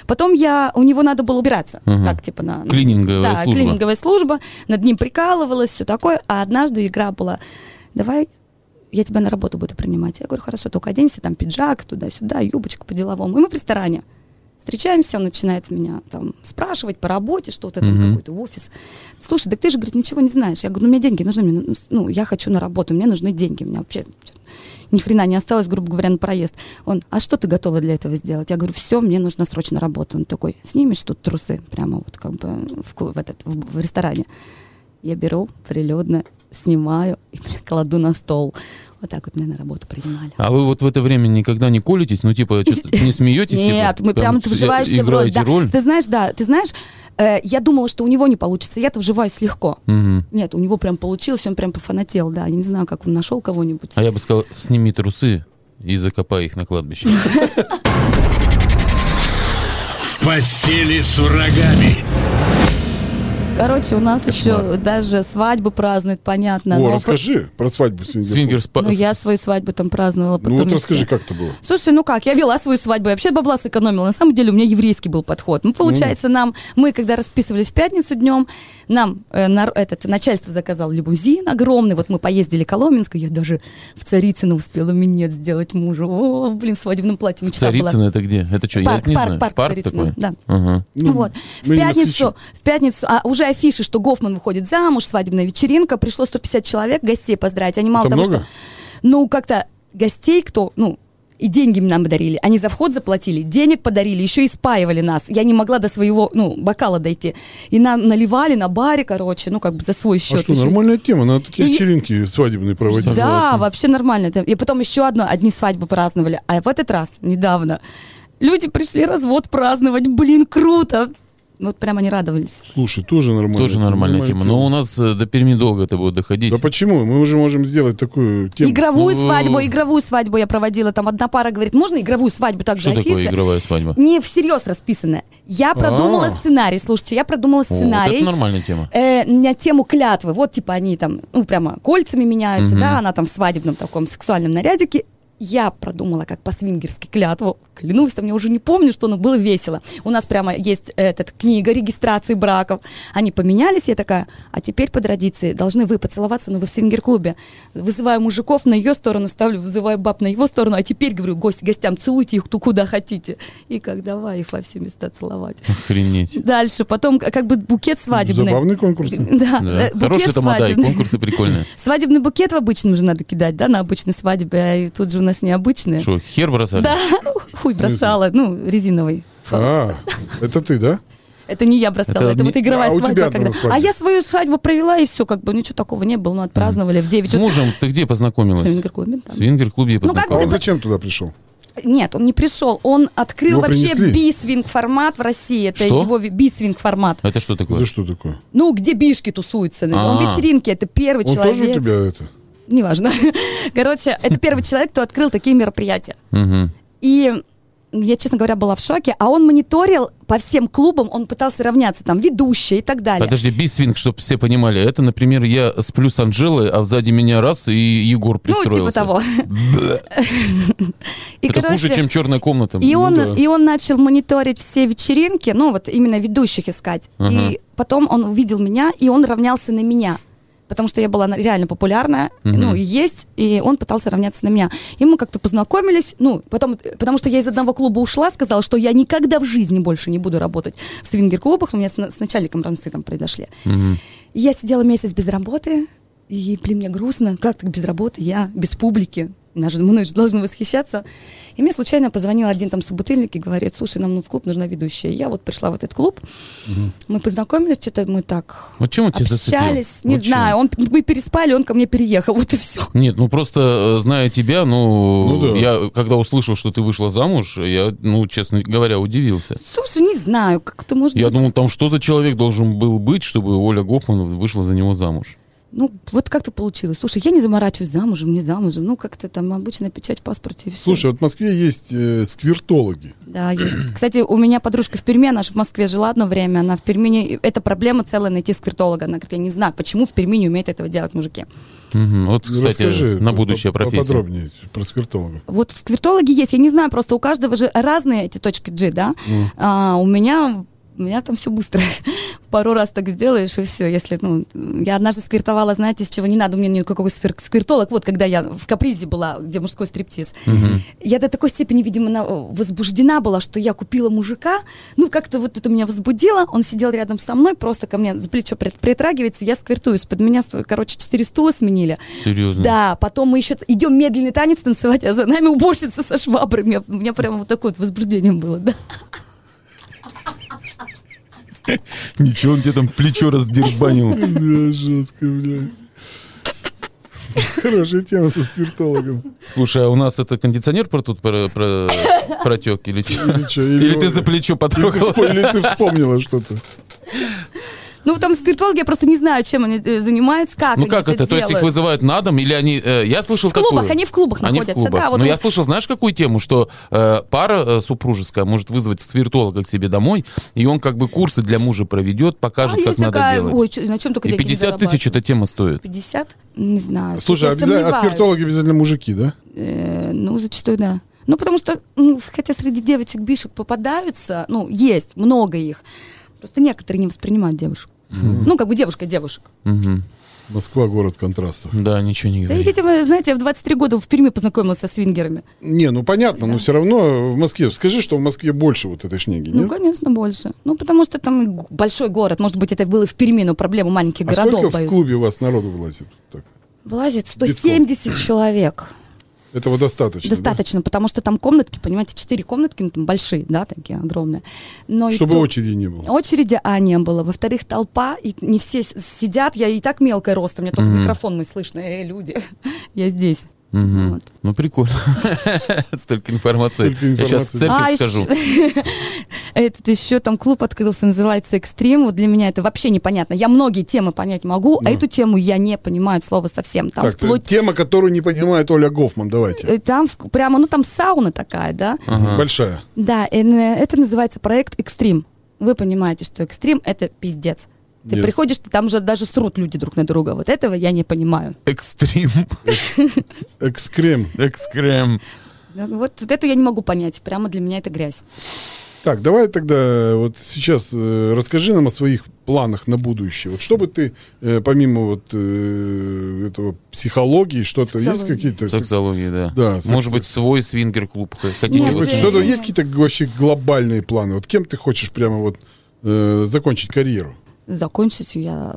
Потом я, у него надо было убираться, так типа на на-
Клининговая
да,
служба.
клининговая служба, над ним прикалывалась, все такое. А однажды игра была, давай я тебя на работу буду принимать. Я говорю, хорошо, только оденься, там пиджак туда-сюда, юбочка по-деловому. И мы в ресторане. Встречаемся, он начинает меня там спрашивать по работе, что-то там, какой-то офис. Слушай, так ты же, говорит, ничего не знаешь. Я говорю, ну, у меня деньги нужны, мне, ну, ну, я хочу на работу, мне нужны деньги, у меня вообще чё- ни хрена не осталось, грубо говоря, на проезд. Он, а что ты готова для этого сделать? Я говорю, все, мне нужна срочно работа. Он такой, снимешь тут трусы прямо вот как бы в, ку- в этот, в- в ресторане. Я беру прилюдно, снимаю и бля, кладу на стол. Вот так вот меня на работу принимали.
А вы вот в это время никогда не колитесь? Ну, типа,
(laughs)
чё-то не смеетесь? типа,
Нет, мы прям ты
вся-
вживаешься в роль.
играете
Да. Ты знаешь, да, ты знаешь, э, я думала, что у него не получится, я-то вживаюсь легко.
Мгм.
Нет, у него прям получилось, он прям пофанател, да. Я не знаю, как он нашел кого-нибудь.
А я бы сказал, сними трусы и закопай их на кладбище.
В постели с врагами.
Короче, у нас
Кошмар.
еще даже свадьбы празднуют, понятно.
О,
но-
расскажи про свадьбу свингер.
Свингер спа-
Ну, я свою свадьбу там праздновала.
Ну
потом
вот
и
расскажи,
все.
как это было.
Слушай, ну как, я вела свою свадьбу, я вообще бабла сэкономила. На самом деле у меня еврейский был подход. Ну, получается, нам, мы когда расписывались в пятницу днем, нам э, нар- этот, начальство заказало лимузин огромный. Вот мы поездили Коломенск, я даже в Царицыно успела минет сделать мужу. О, блин, в свадебном платье мечта была.
Царицын это где? Это что, я
Парк,
это не
парк,
знаю.
парк Царицына,
такой?
да.
Ага.
Ну,
вот. В
мы не
пятницу,
москвичи.
в пятницу, а уже афиши, что Гофман выходит замуж, свадебная вечеринка, пришло 150 человек гостей поздравить. Они мало
Это
того,
много?
что... Ну, как-то гостей, кто, ну, и деньги нам подарили. Они за вход заплатили, денег подарили, еще и спаивали нас. Я не могла до своего, ну, бокала дойти. И нам наливали на баре, короче, ну, как бы за свой
А
счет.
что,
Еще-
нормальная тема, надо такие
И-
вечеринки свадебные проводить.
да, вообще нормально. Это- И потом еще одно, одни свадьбы праздновали. А в этот раз, недавно, люди пришли развод праздновать. Блин, круто! Вот прям они радовались.
Слушай, тоже нормально.
Тоже нормальная тема. Но у нас э, до Перми долго это будет доходить.
Да почему? Мы уже можем сделать такую тему.
Игровую
Ну,
свадьбу, игровую свадьбу я проводила. Там одна пара говорит, можно игровую свадьбу также А
Что такое игровая
(laughs)
свадьба?
Не всерьез расписанная. Я продумала
А.
сценарий. Слушайте, я продумала
О, вот
сценарий.
это нормальная тема.
э, на тему клятвы. Вот, типа, они там, ну, прямо кольцами меняются, да, она там в свадебном таком сексуальном нарядике. Я продумала, как по-свингерски клятву. Клянусь, там я уже не помню, что, но было весело. У нас прямо есть этот книга регистрации браков. Они поменялись, я такая, а теперь по традиции должны вы поцеловаться, но вы в свингер-клубе. Вызываю мужиков на ее сторону, ставлю, вызываю баб на его сторону, а теперь, говорю, гость, гостям целуйте их ту- куда хотите. И как давай их во все места целовать.
Охренеть.
Дальше, потом как бы букет свадебный.
Забавный конкурс.
Да,
Да.
э, букет
Хорошая тамада, и
свадебный.
конкурсы
(laughs)
прикольные.
Свадебный букет в обычном же надо кидать, да, на обычной свадьбе, а и тут же у нас необычные.
Что, хер бросали?
Да, хуй бросала, ну, резиновый.
А, это ты, да?
Это не я бросала,
Это
это,
не-
вот игровая
А у
свадьба.
тебя
когда-
была свадьба.
А я свою свадьбу провела, и все, как бы ничего такого не было, ну, отпраздновали в 9
С мужем ты где
В
познакомилась?
свингер-клубе, да.
В свингер-клубе
А
Ну, как
он
познакомилась.
зачем туда пришел?
Нет, он не пришел, он открыл
Его
вообще
принесли?
бисвинг формат в России, это
Что?
его ви- бисвинг формат.
Это что такое?
Это что такое?
Ну, где бишки тусуются,
А.
он вечеринки, это первый
Он
человек.
тоже у тебя это?
Неважно. (laughs) Короче, это первый человек, кто открыл такие мероприятия.
Мгм.
И я, честно говоря, была в шоке. А он мониторил по всем клубам, он пытался равняться, там, ведущие и так далее.
Подожди, бисвинг, чтобы все понимали. Это, например, я сплю с Анжелой, а сзади меня раз и Егор
Ну,
пристроился.
типа того.
Бэ.
(laughs) И,
Это
короче,
хуже, чем черная комната.
и,
Ну
он,
да.
и он начал мониторить все вечеринки, ну, вот именно ведущих искать.
Ага.
И потом он увидел меня, и он равнялся на меня. Потому что я была на- реально популярная, ну, и есть, и он пытался равняться на меня. И мы как-то познакомились, ну, потом, потому что я из одного клуба ушла, сказала, что я никогда в жизни больше не буду работать в свингер-клубах, у меня с, на- с начальником рамсы там произошли. И Я сидела месяц без работы, и, блин, мне грустно, как так без работы, я без публики, Она же- мной же должны восхищаться. И мне случайно позвонил один там собутыльник и говорит, слушай, нам ну, в клуб нужна ведущая. Я вот пришла в этот клуб, мы познакомились, что-то мы так
Вот чем он тебя зацепил?
общались, не
Ну, Вот чем?
знаю, он, мы переспали, он ко мне переехал, (laughs) вот и все.
Нет, ну просто э, зная тебя, ну,
Ну да.
я когда услышал, что ты вышла замуж, я, ну, честно говоря, удивился.
Слушай, не знаю, как это можно...
Я думал, там что за человек должен был быть, чтобы Оля Гофман вышла за него замуж?
Ну, вот как-то получилось. Слушай, я не заморачиваюсь замужем, не замужем, ну, как-то там обычная печать в паспорте и все.
Слушай, вот в Москве есть э, сквиртологи.
Да, есть. Кстати, у меня подружка в Перми, она же в Москве жила одно время, она в Перми, не- это проблема целая найти сквиртолога. Она говорит, я не знаю, почему в Перми не умеют этого делать мужики.
Мгм. Вот, кстати,
Расскажи
на
по-
будущее
по-
профессия.
Поподробнее про сквиртолога.
Вот сквиртологи есть, я не знаю, просто у каждого же разные эти точки G, да? А, у меня у меня там все быстро. (laughs) Пару раз так сделаешь, и все. Если, ну, я однажды сквиртовала, знаете, с чего не надо мне никакой сфер- сквиртолог. Вот когда я в капризе была, где мужской стриптиз. Я до такой степени, видимо, на- возбуждена была, что я купила мужика. Ну, как-то вот это меня возбудило. Он сидел рядом со мной, просто ко мне за плечо прит- притрагивается, я сквиртуюсь. Под меня, сто- короче, четыре стула сменили.
Серьезно.
Да, потом мы еще т- идем медленный танец танцевать, а за нами уборщица со швабрами. У меня прямо вот такое вот возбуждение было, да.
Ничего, он тебе там плечо раздербанил.
Да, жестко, бля. Хорошая тема со сквиртологом.
(laughs) Слушай, а у нас это кондиционер про тут про- про- протек или что?
Или чё,
Или
Оля.
ты за плечо
Или ты
потрогал?
вспом- Или ты вспомнила что-то.
Ну, там спиртологи, я просто не знаю, чем они э, занимаются, как
Ну
они
как это? То есть их
делают.
вызывают на дом или они... э, я слышал
В клубах,
такую-
они в клубах
Они в
находятся,
клубах.
да, вот
Но
у-
я слышал, знаешь, какую тему, что э, пара э, супружеская может вызвать спиртолога к себе домой, и он как бы курсы для мужа проведет,
А
покажет,
есть
как надо
такая,
делать.
ой, чё- на чем только
и
деньги не
50 тысяч
зарабатывают?
эта тема стоит.
50? Не знаю.
Слушай,
Я
обязательно, а
сомневаюсь.
спиртологи обязательно мужики, да?
Э, ну, зачастую, да. Ну, потому что, ну, хотя среди девочек бишек попадаются, ну, есть, много их. Просто некоторые не воспринимают девушек. Ну, как бы девушка девушек.
Мгм.
Москва город контрастов.
Да, ничего не
Да
говори.
идите вы, знаете, я в 23 года в Перми познакомилась со свингерами.
Не, ну понятно, но все равно в Москве. Скажи, что в Москве больше вот этой шнеги,
Ну,
нет?
конечно, больше. Ну, потому что там и г- большой город. Может быть, это было и в Перми, но проблема маленьких
а сколько
городов.
в
боюсь.
клубе у вас народу вылазит? Так.
Вылазит 170
(clears throat)
человек.
Этого достаточно. да?
Достаточно, потому что там комнатки, понимаете, четыре комнатки, ну, там большие, да, такие огромные. Но и
Чтобы
то-
очереди не было.
Очереди, а, не было. Во-вторых, толпа, и не все с- сидят. Я и так мелкая роста, мне только микрофон мой слышно. Эй, люди, (laughs) я здесь.
Мгм.
Вот.
Ну, прикольно. (laughs) Столько информации.
Столько
Я сейчас
информации.
в церковь
А, ещё-
скажу.
(laughs) Этот еще там клуб открылся, называется «Экстрим». Вот для меня это вообще непонятно. Я многие темы понять могу,
Ну.
а эту тему я не понимаю от слова совсем. Там
Так,
вплоть...
тема, которую не понимает Оля Гофман, давайте.
э, Там в- прямо, ну там сауна такая, да?
Большая.
Да, э, н- это называется проект «Экстрим». Вы понимаете, что «Экстрим» — это пиздец. Ты
Нет.
приходишь, там же даже срут люди друг на друга. Вот этого я не понимаю.
Экстрим.
Экскрем.
Экскрем.
Да, ну, Вот, вот это я не могу понять. Прямо для меня это грязь.
Так, давай тогда вот сейчас э, расскажи нам о своих планах на будущее. Вот что бы ты, э, помимо вот э, этого психологии, что-то есть
Сексологии.
какие-то...
Сексология, да.
Да, секс-
Может быть, свой свингер-клуб х- хотите
Нет,
Может быть,
Э,
его
что-то
создать?
есть какие-то вообще глобальные планы? Вот кем ты хочешь прямо вот э, закончить карьеру?
Закончить я...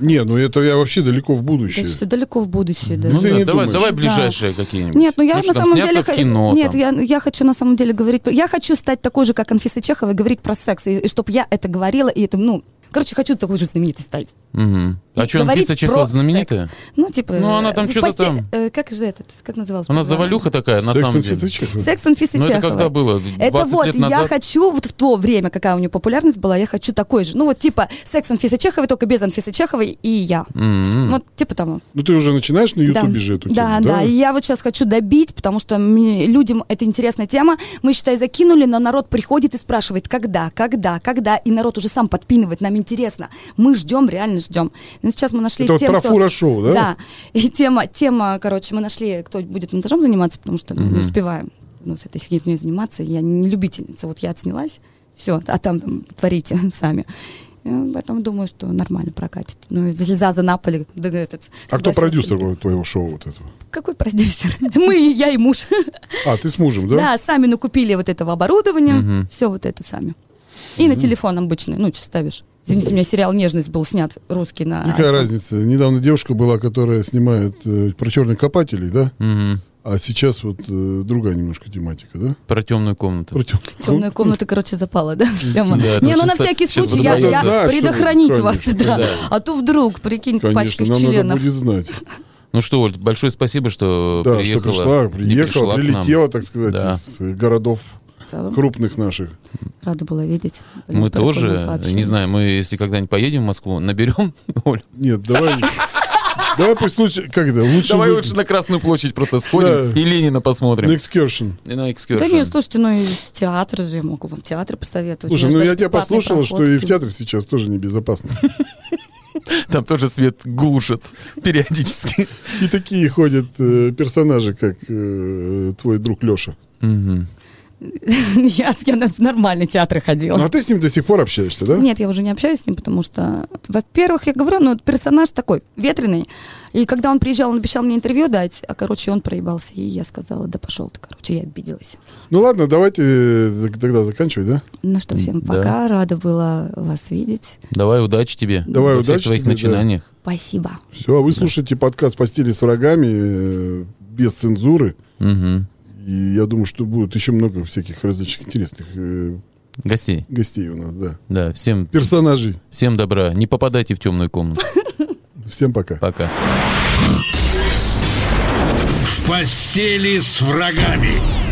Не, ну это я вообще далеко в
Да
будущее.
что далеко в будущее. даже.
Ну,
Ты
да,
не
давай,
думаешь.
давай
Да.
ближайшие какие-нибудь.
Нет, ну я
Потому что
на
там
самом деле...
сняться в
хо-
кино,
Нет,
там.
я, я хочу на самом деле говорить... про- Я хочу стать такой же, как Анфиса Чехова, и говорить про секс, и, чтобы я это говорила, и это, ну... Короче, хочу такой же знаменитой стать.
Мгм. А что,
Говорить
Анфиса Чехова
про
знаменитая?
секс. Ну, типа...
Ну, она
э,
там
в
что-то
посте-
там.
э, Как же этот? Как называлась?
Она
программа?
завалюха такая, на
Секс
самом
and
деле.
Fetus?
Секс Анфисы
Ну, это
Чеховой.
когда было?
Это
20
вот,
лет
я
назад?
хочу, вот в то время, какая у нее популярность была, я хочу такой же. Ну, вот типа секс Анфисы Чеховой, только без Анфисы Чеховой и я.
Мгм.
Вот типа того.
Ну ты уже начинаешь на Ютубе
да.
же эту тему,
да, да, И я вот сейчас хочу добить, потому что мне- людям это интересная тема. Мы, считай, закинули, но народ приходит и спрашивает, когда, когда, когда. И народ уже сам подпинывает, нам интересно. Мы ждем, реально ждем. Ну, сейчас мы нашли
Это вот
тем,
про
кто-
фура-шоу, да?
Да. И тема, тема, короче, мы нашли, кто будет монтажом заниматься, потому что ну, не успеваем ну, с этой фигней заниматься. Я не любительница. Вот я отснялась, все, а там м, творите (laughs) сами. Э, Поэтому думаю, что нормально прокатит. Ну, и за за Наполи. Да, этот,
А кто
согласился.
продюсер вот твоего шоу вот этого?
Какой продюсер? (laughs) Мы, и я и муж.
А, ты с мужем, да?
Да, сами накупили вот этого оборудования, все вот это сами. И на телефон обычный, ну, что ставишь. Извините, у меня сериал «Нежность» был снят русский на...
Какая разница? Недавно девушка была, которая снимает э, про черных копателей, да?
Мгм.
А сейчас вот э, другая немножко тематика, да?
Про темную комнату.
Про Ну, тем-
Темная комната, короче, запала,
(laughs)
да? тема?
Да, это
Не, ну
чисто-
на всякий
чисто
случай я,
боялся.
я
Знаю, что
предохранить
будет,
вас,
конечно,
да.
да.
А то вдруг, прикинь,
Конечно,
пачка
нам надо
членов.
будет знать.
Ну что, Оль, большое спасибо, что
Да, что
приехала.
пришла,
Не
приехала,
пришла к нам.
прилетела, так сказать,
Да.
из э, городов
Да,
крупных наших.
Рада была видеть.
Мы
Прикольно
тоже,
пообщались.
не знаю, мы если когда-нибудь поедем в Москву, наберем, (laughs) Оль.
Нет, давай...
(laughs)
Давай пусть лучше... Как это? Лучше...
Давай
вы-
лучше на Красную площадь просто сходим
Да.
и Ленина посмотрим.
На excursion.
И на
Да нет,
экскурсию.
слушайте, ну и в театр же я могу вам театр посоветовать. У
Слушай,
меня
ну
же
я
даже
тебя
бесплатные
послушал, что и в
проходки.
театре сейчас тоже небезопасно.
Там тоже свет глушит периодически.
И такие ходят э, персонажи, как э, твой друг Леша.
Мгм.
(laughs) Я я на- в нормальный театр ходила.
Ну а ты с ним до сих пор общаешься, да?
Нет, я уже не общаюсь с ним, потому что, во-первых, я говорю, ну, персонаж такой, ветреный. И когда он приезжал, он обещал мне интервью дать, а, короче, он проебался. И я сказала, да пошел ты, короче, я обиделась.
Ну ладно, давайте э, зак- тогда заканчивать, да?
Ну что, всем
Да.
пока, рада была вас видеть.
Давай удачи тебе.
Давай
во всех
удачи
твоих
тебе, да.
начинаниях.
Спасибо.
Все, а вы слушаете подкаст «Постели с врагами» э, без цензуры.
Мгм.
И я думаю, что будет еще много всяких различных интересных э,
Гостей.
гостей у нас, да.
Да, всем,
Персонажей.
всем добра. Не попадайте в темную комнату.
Всем пока.
Пока.
В постели с врагами.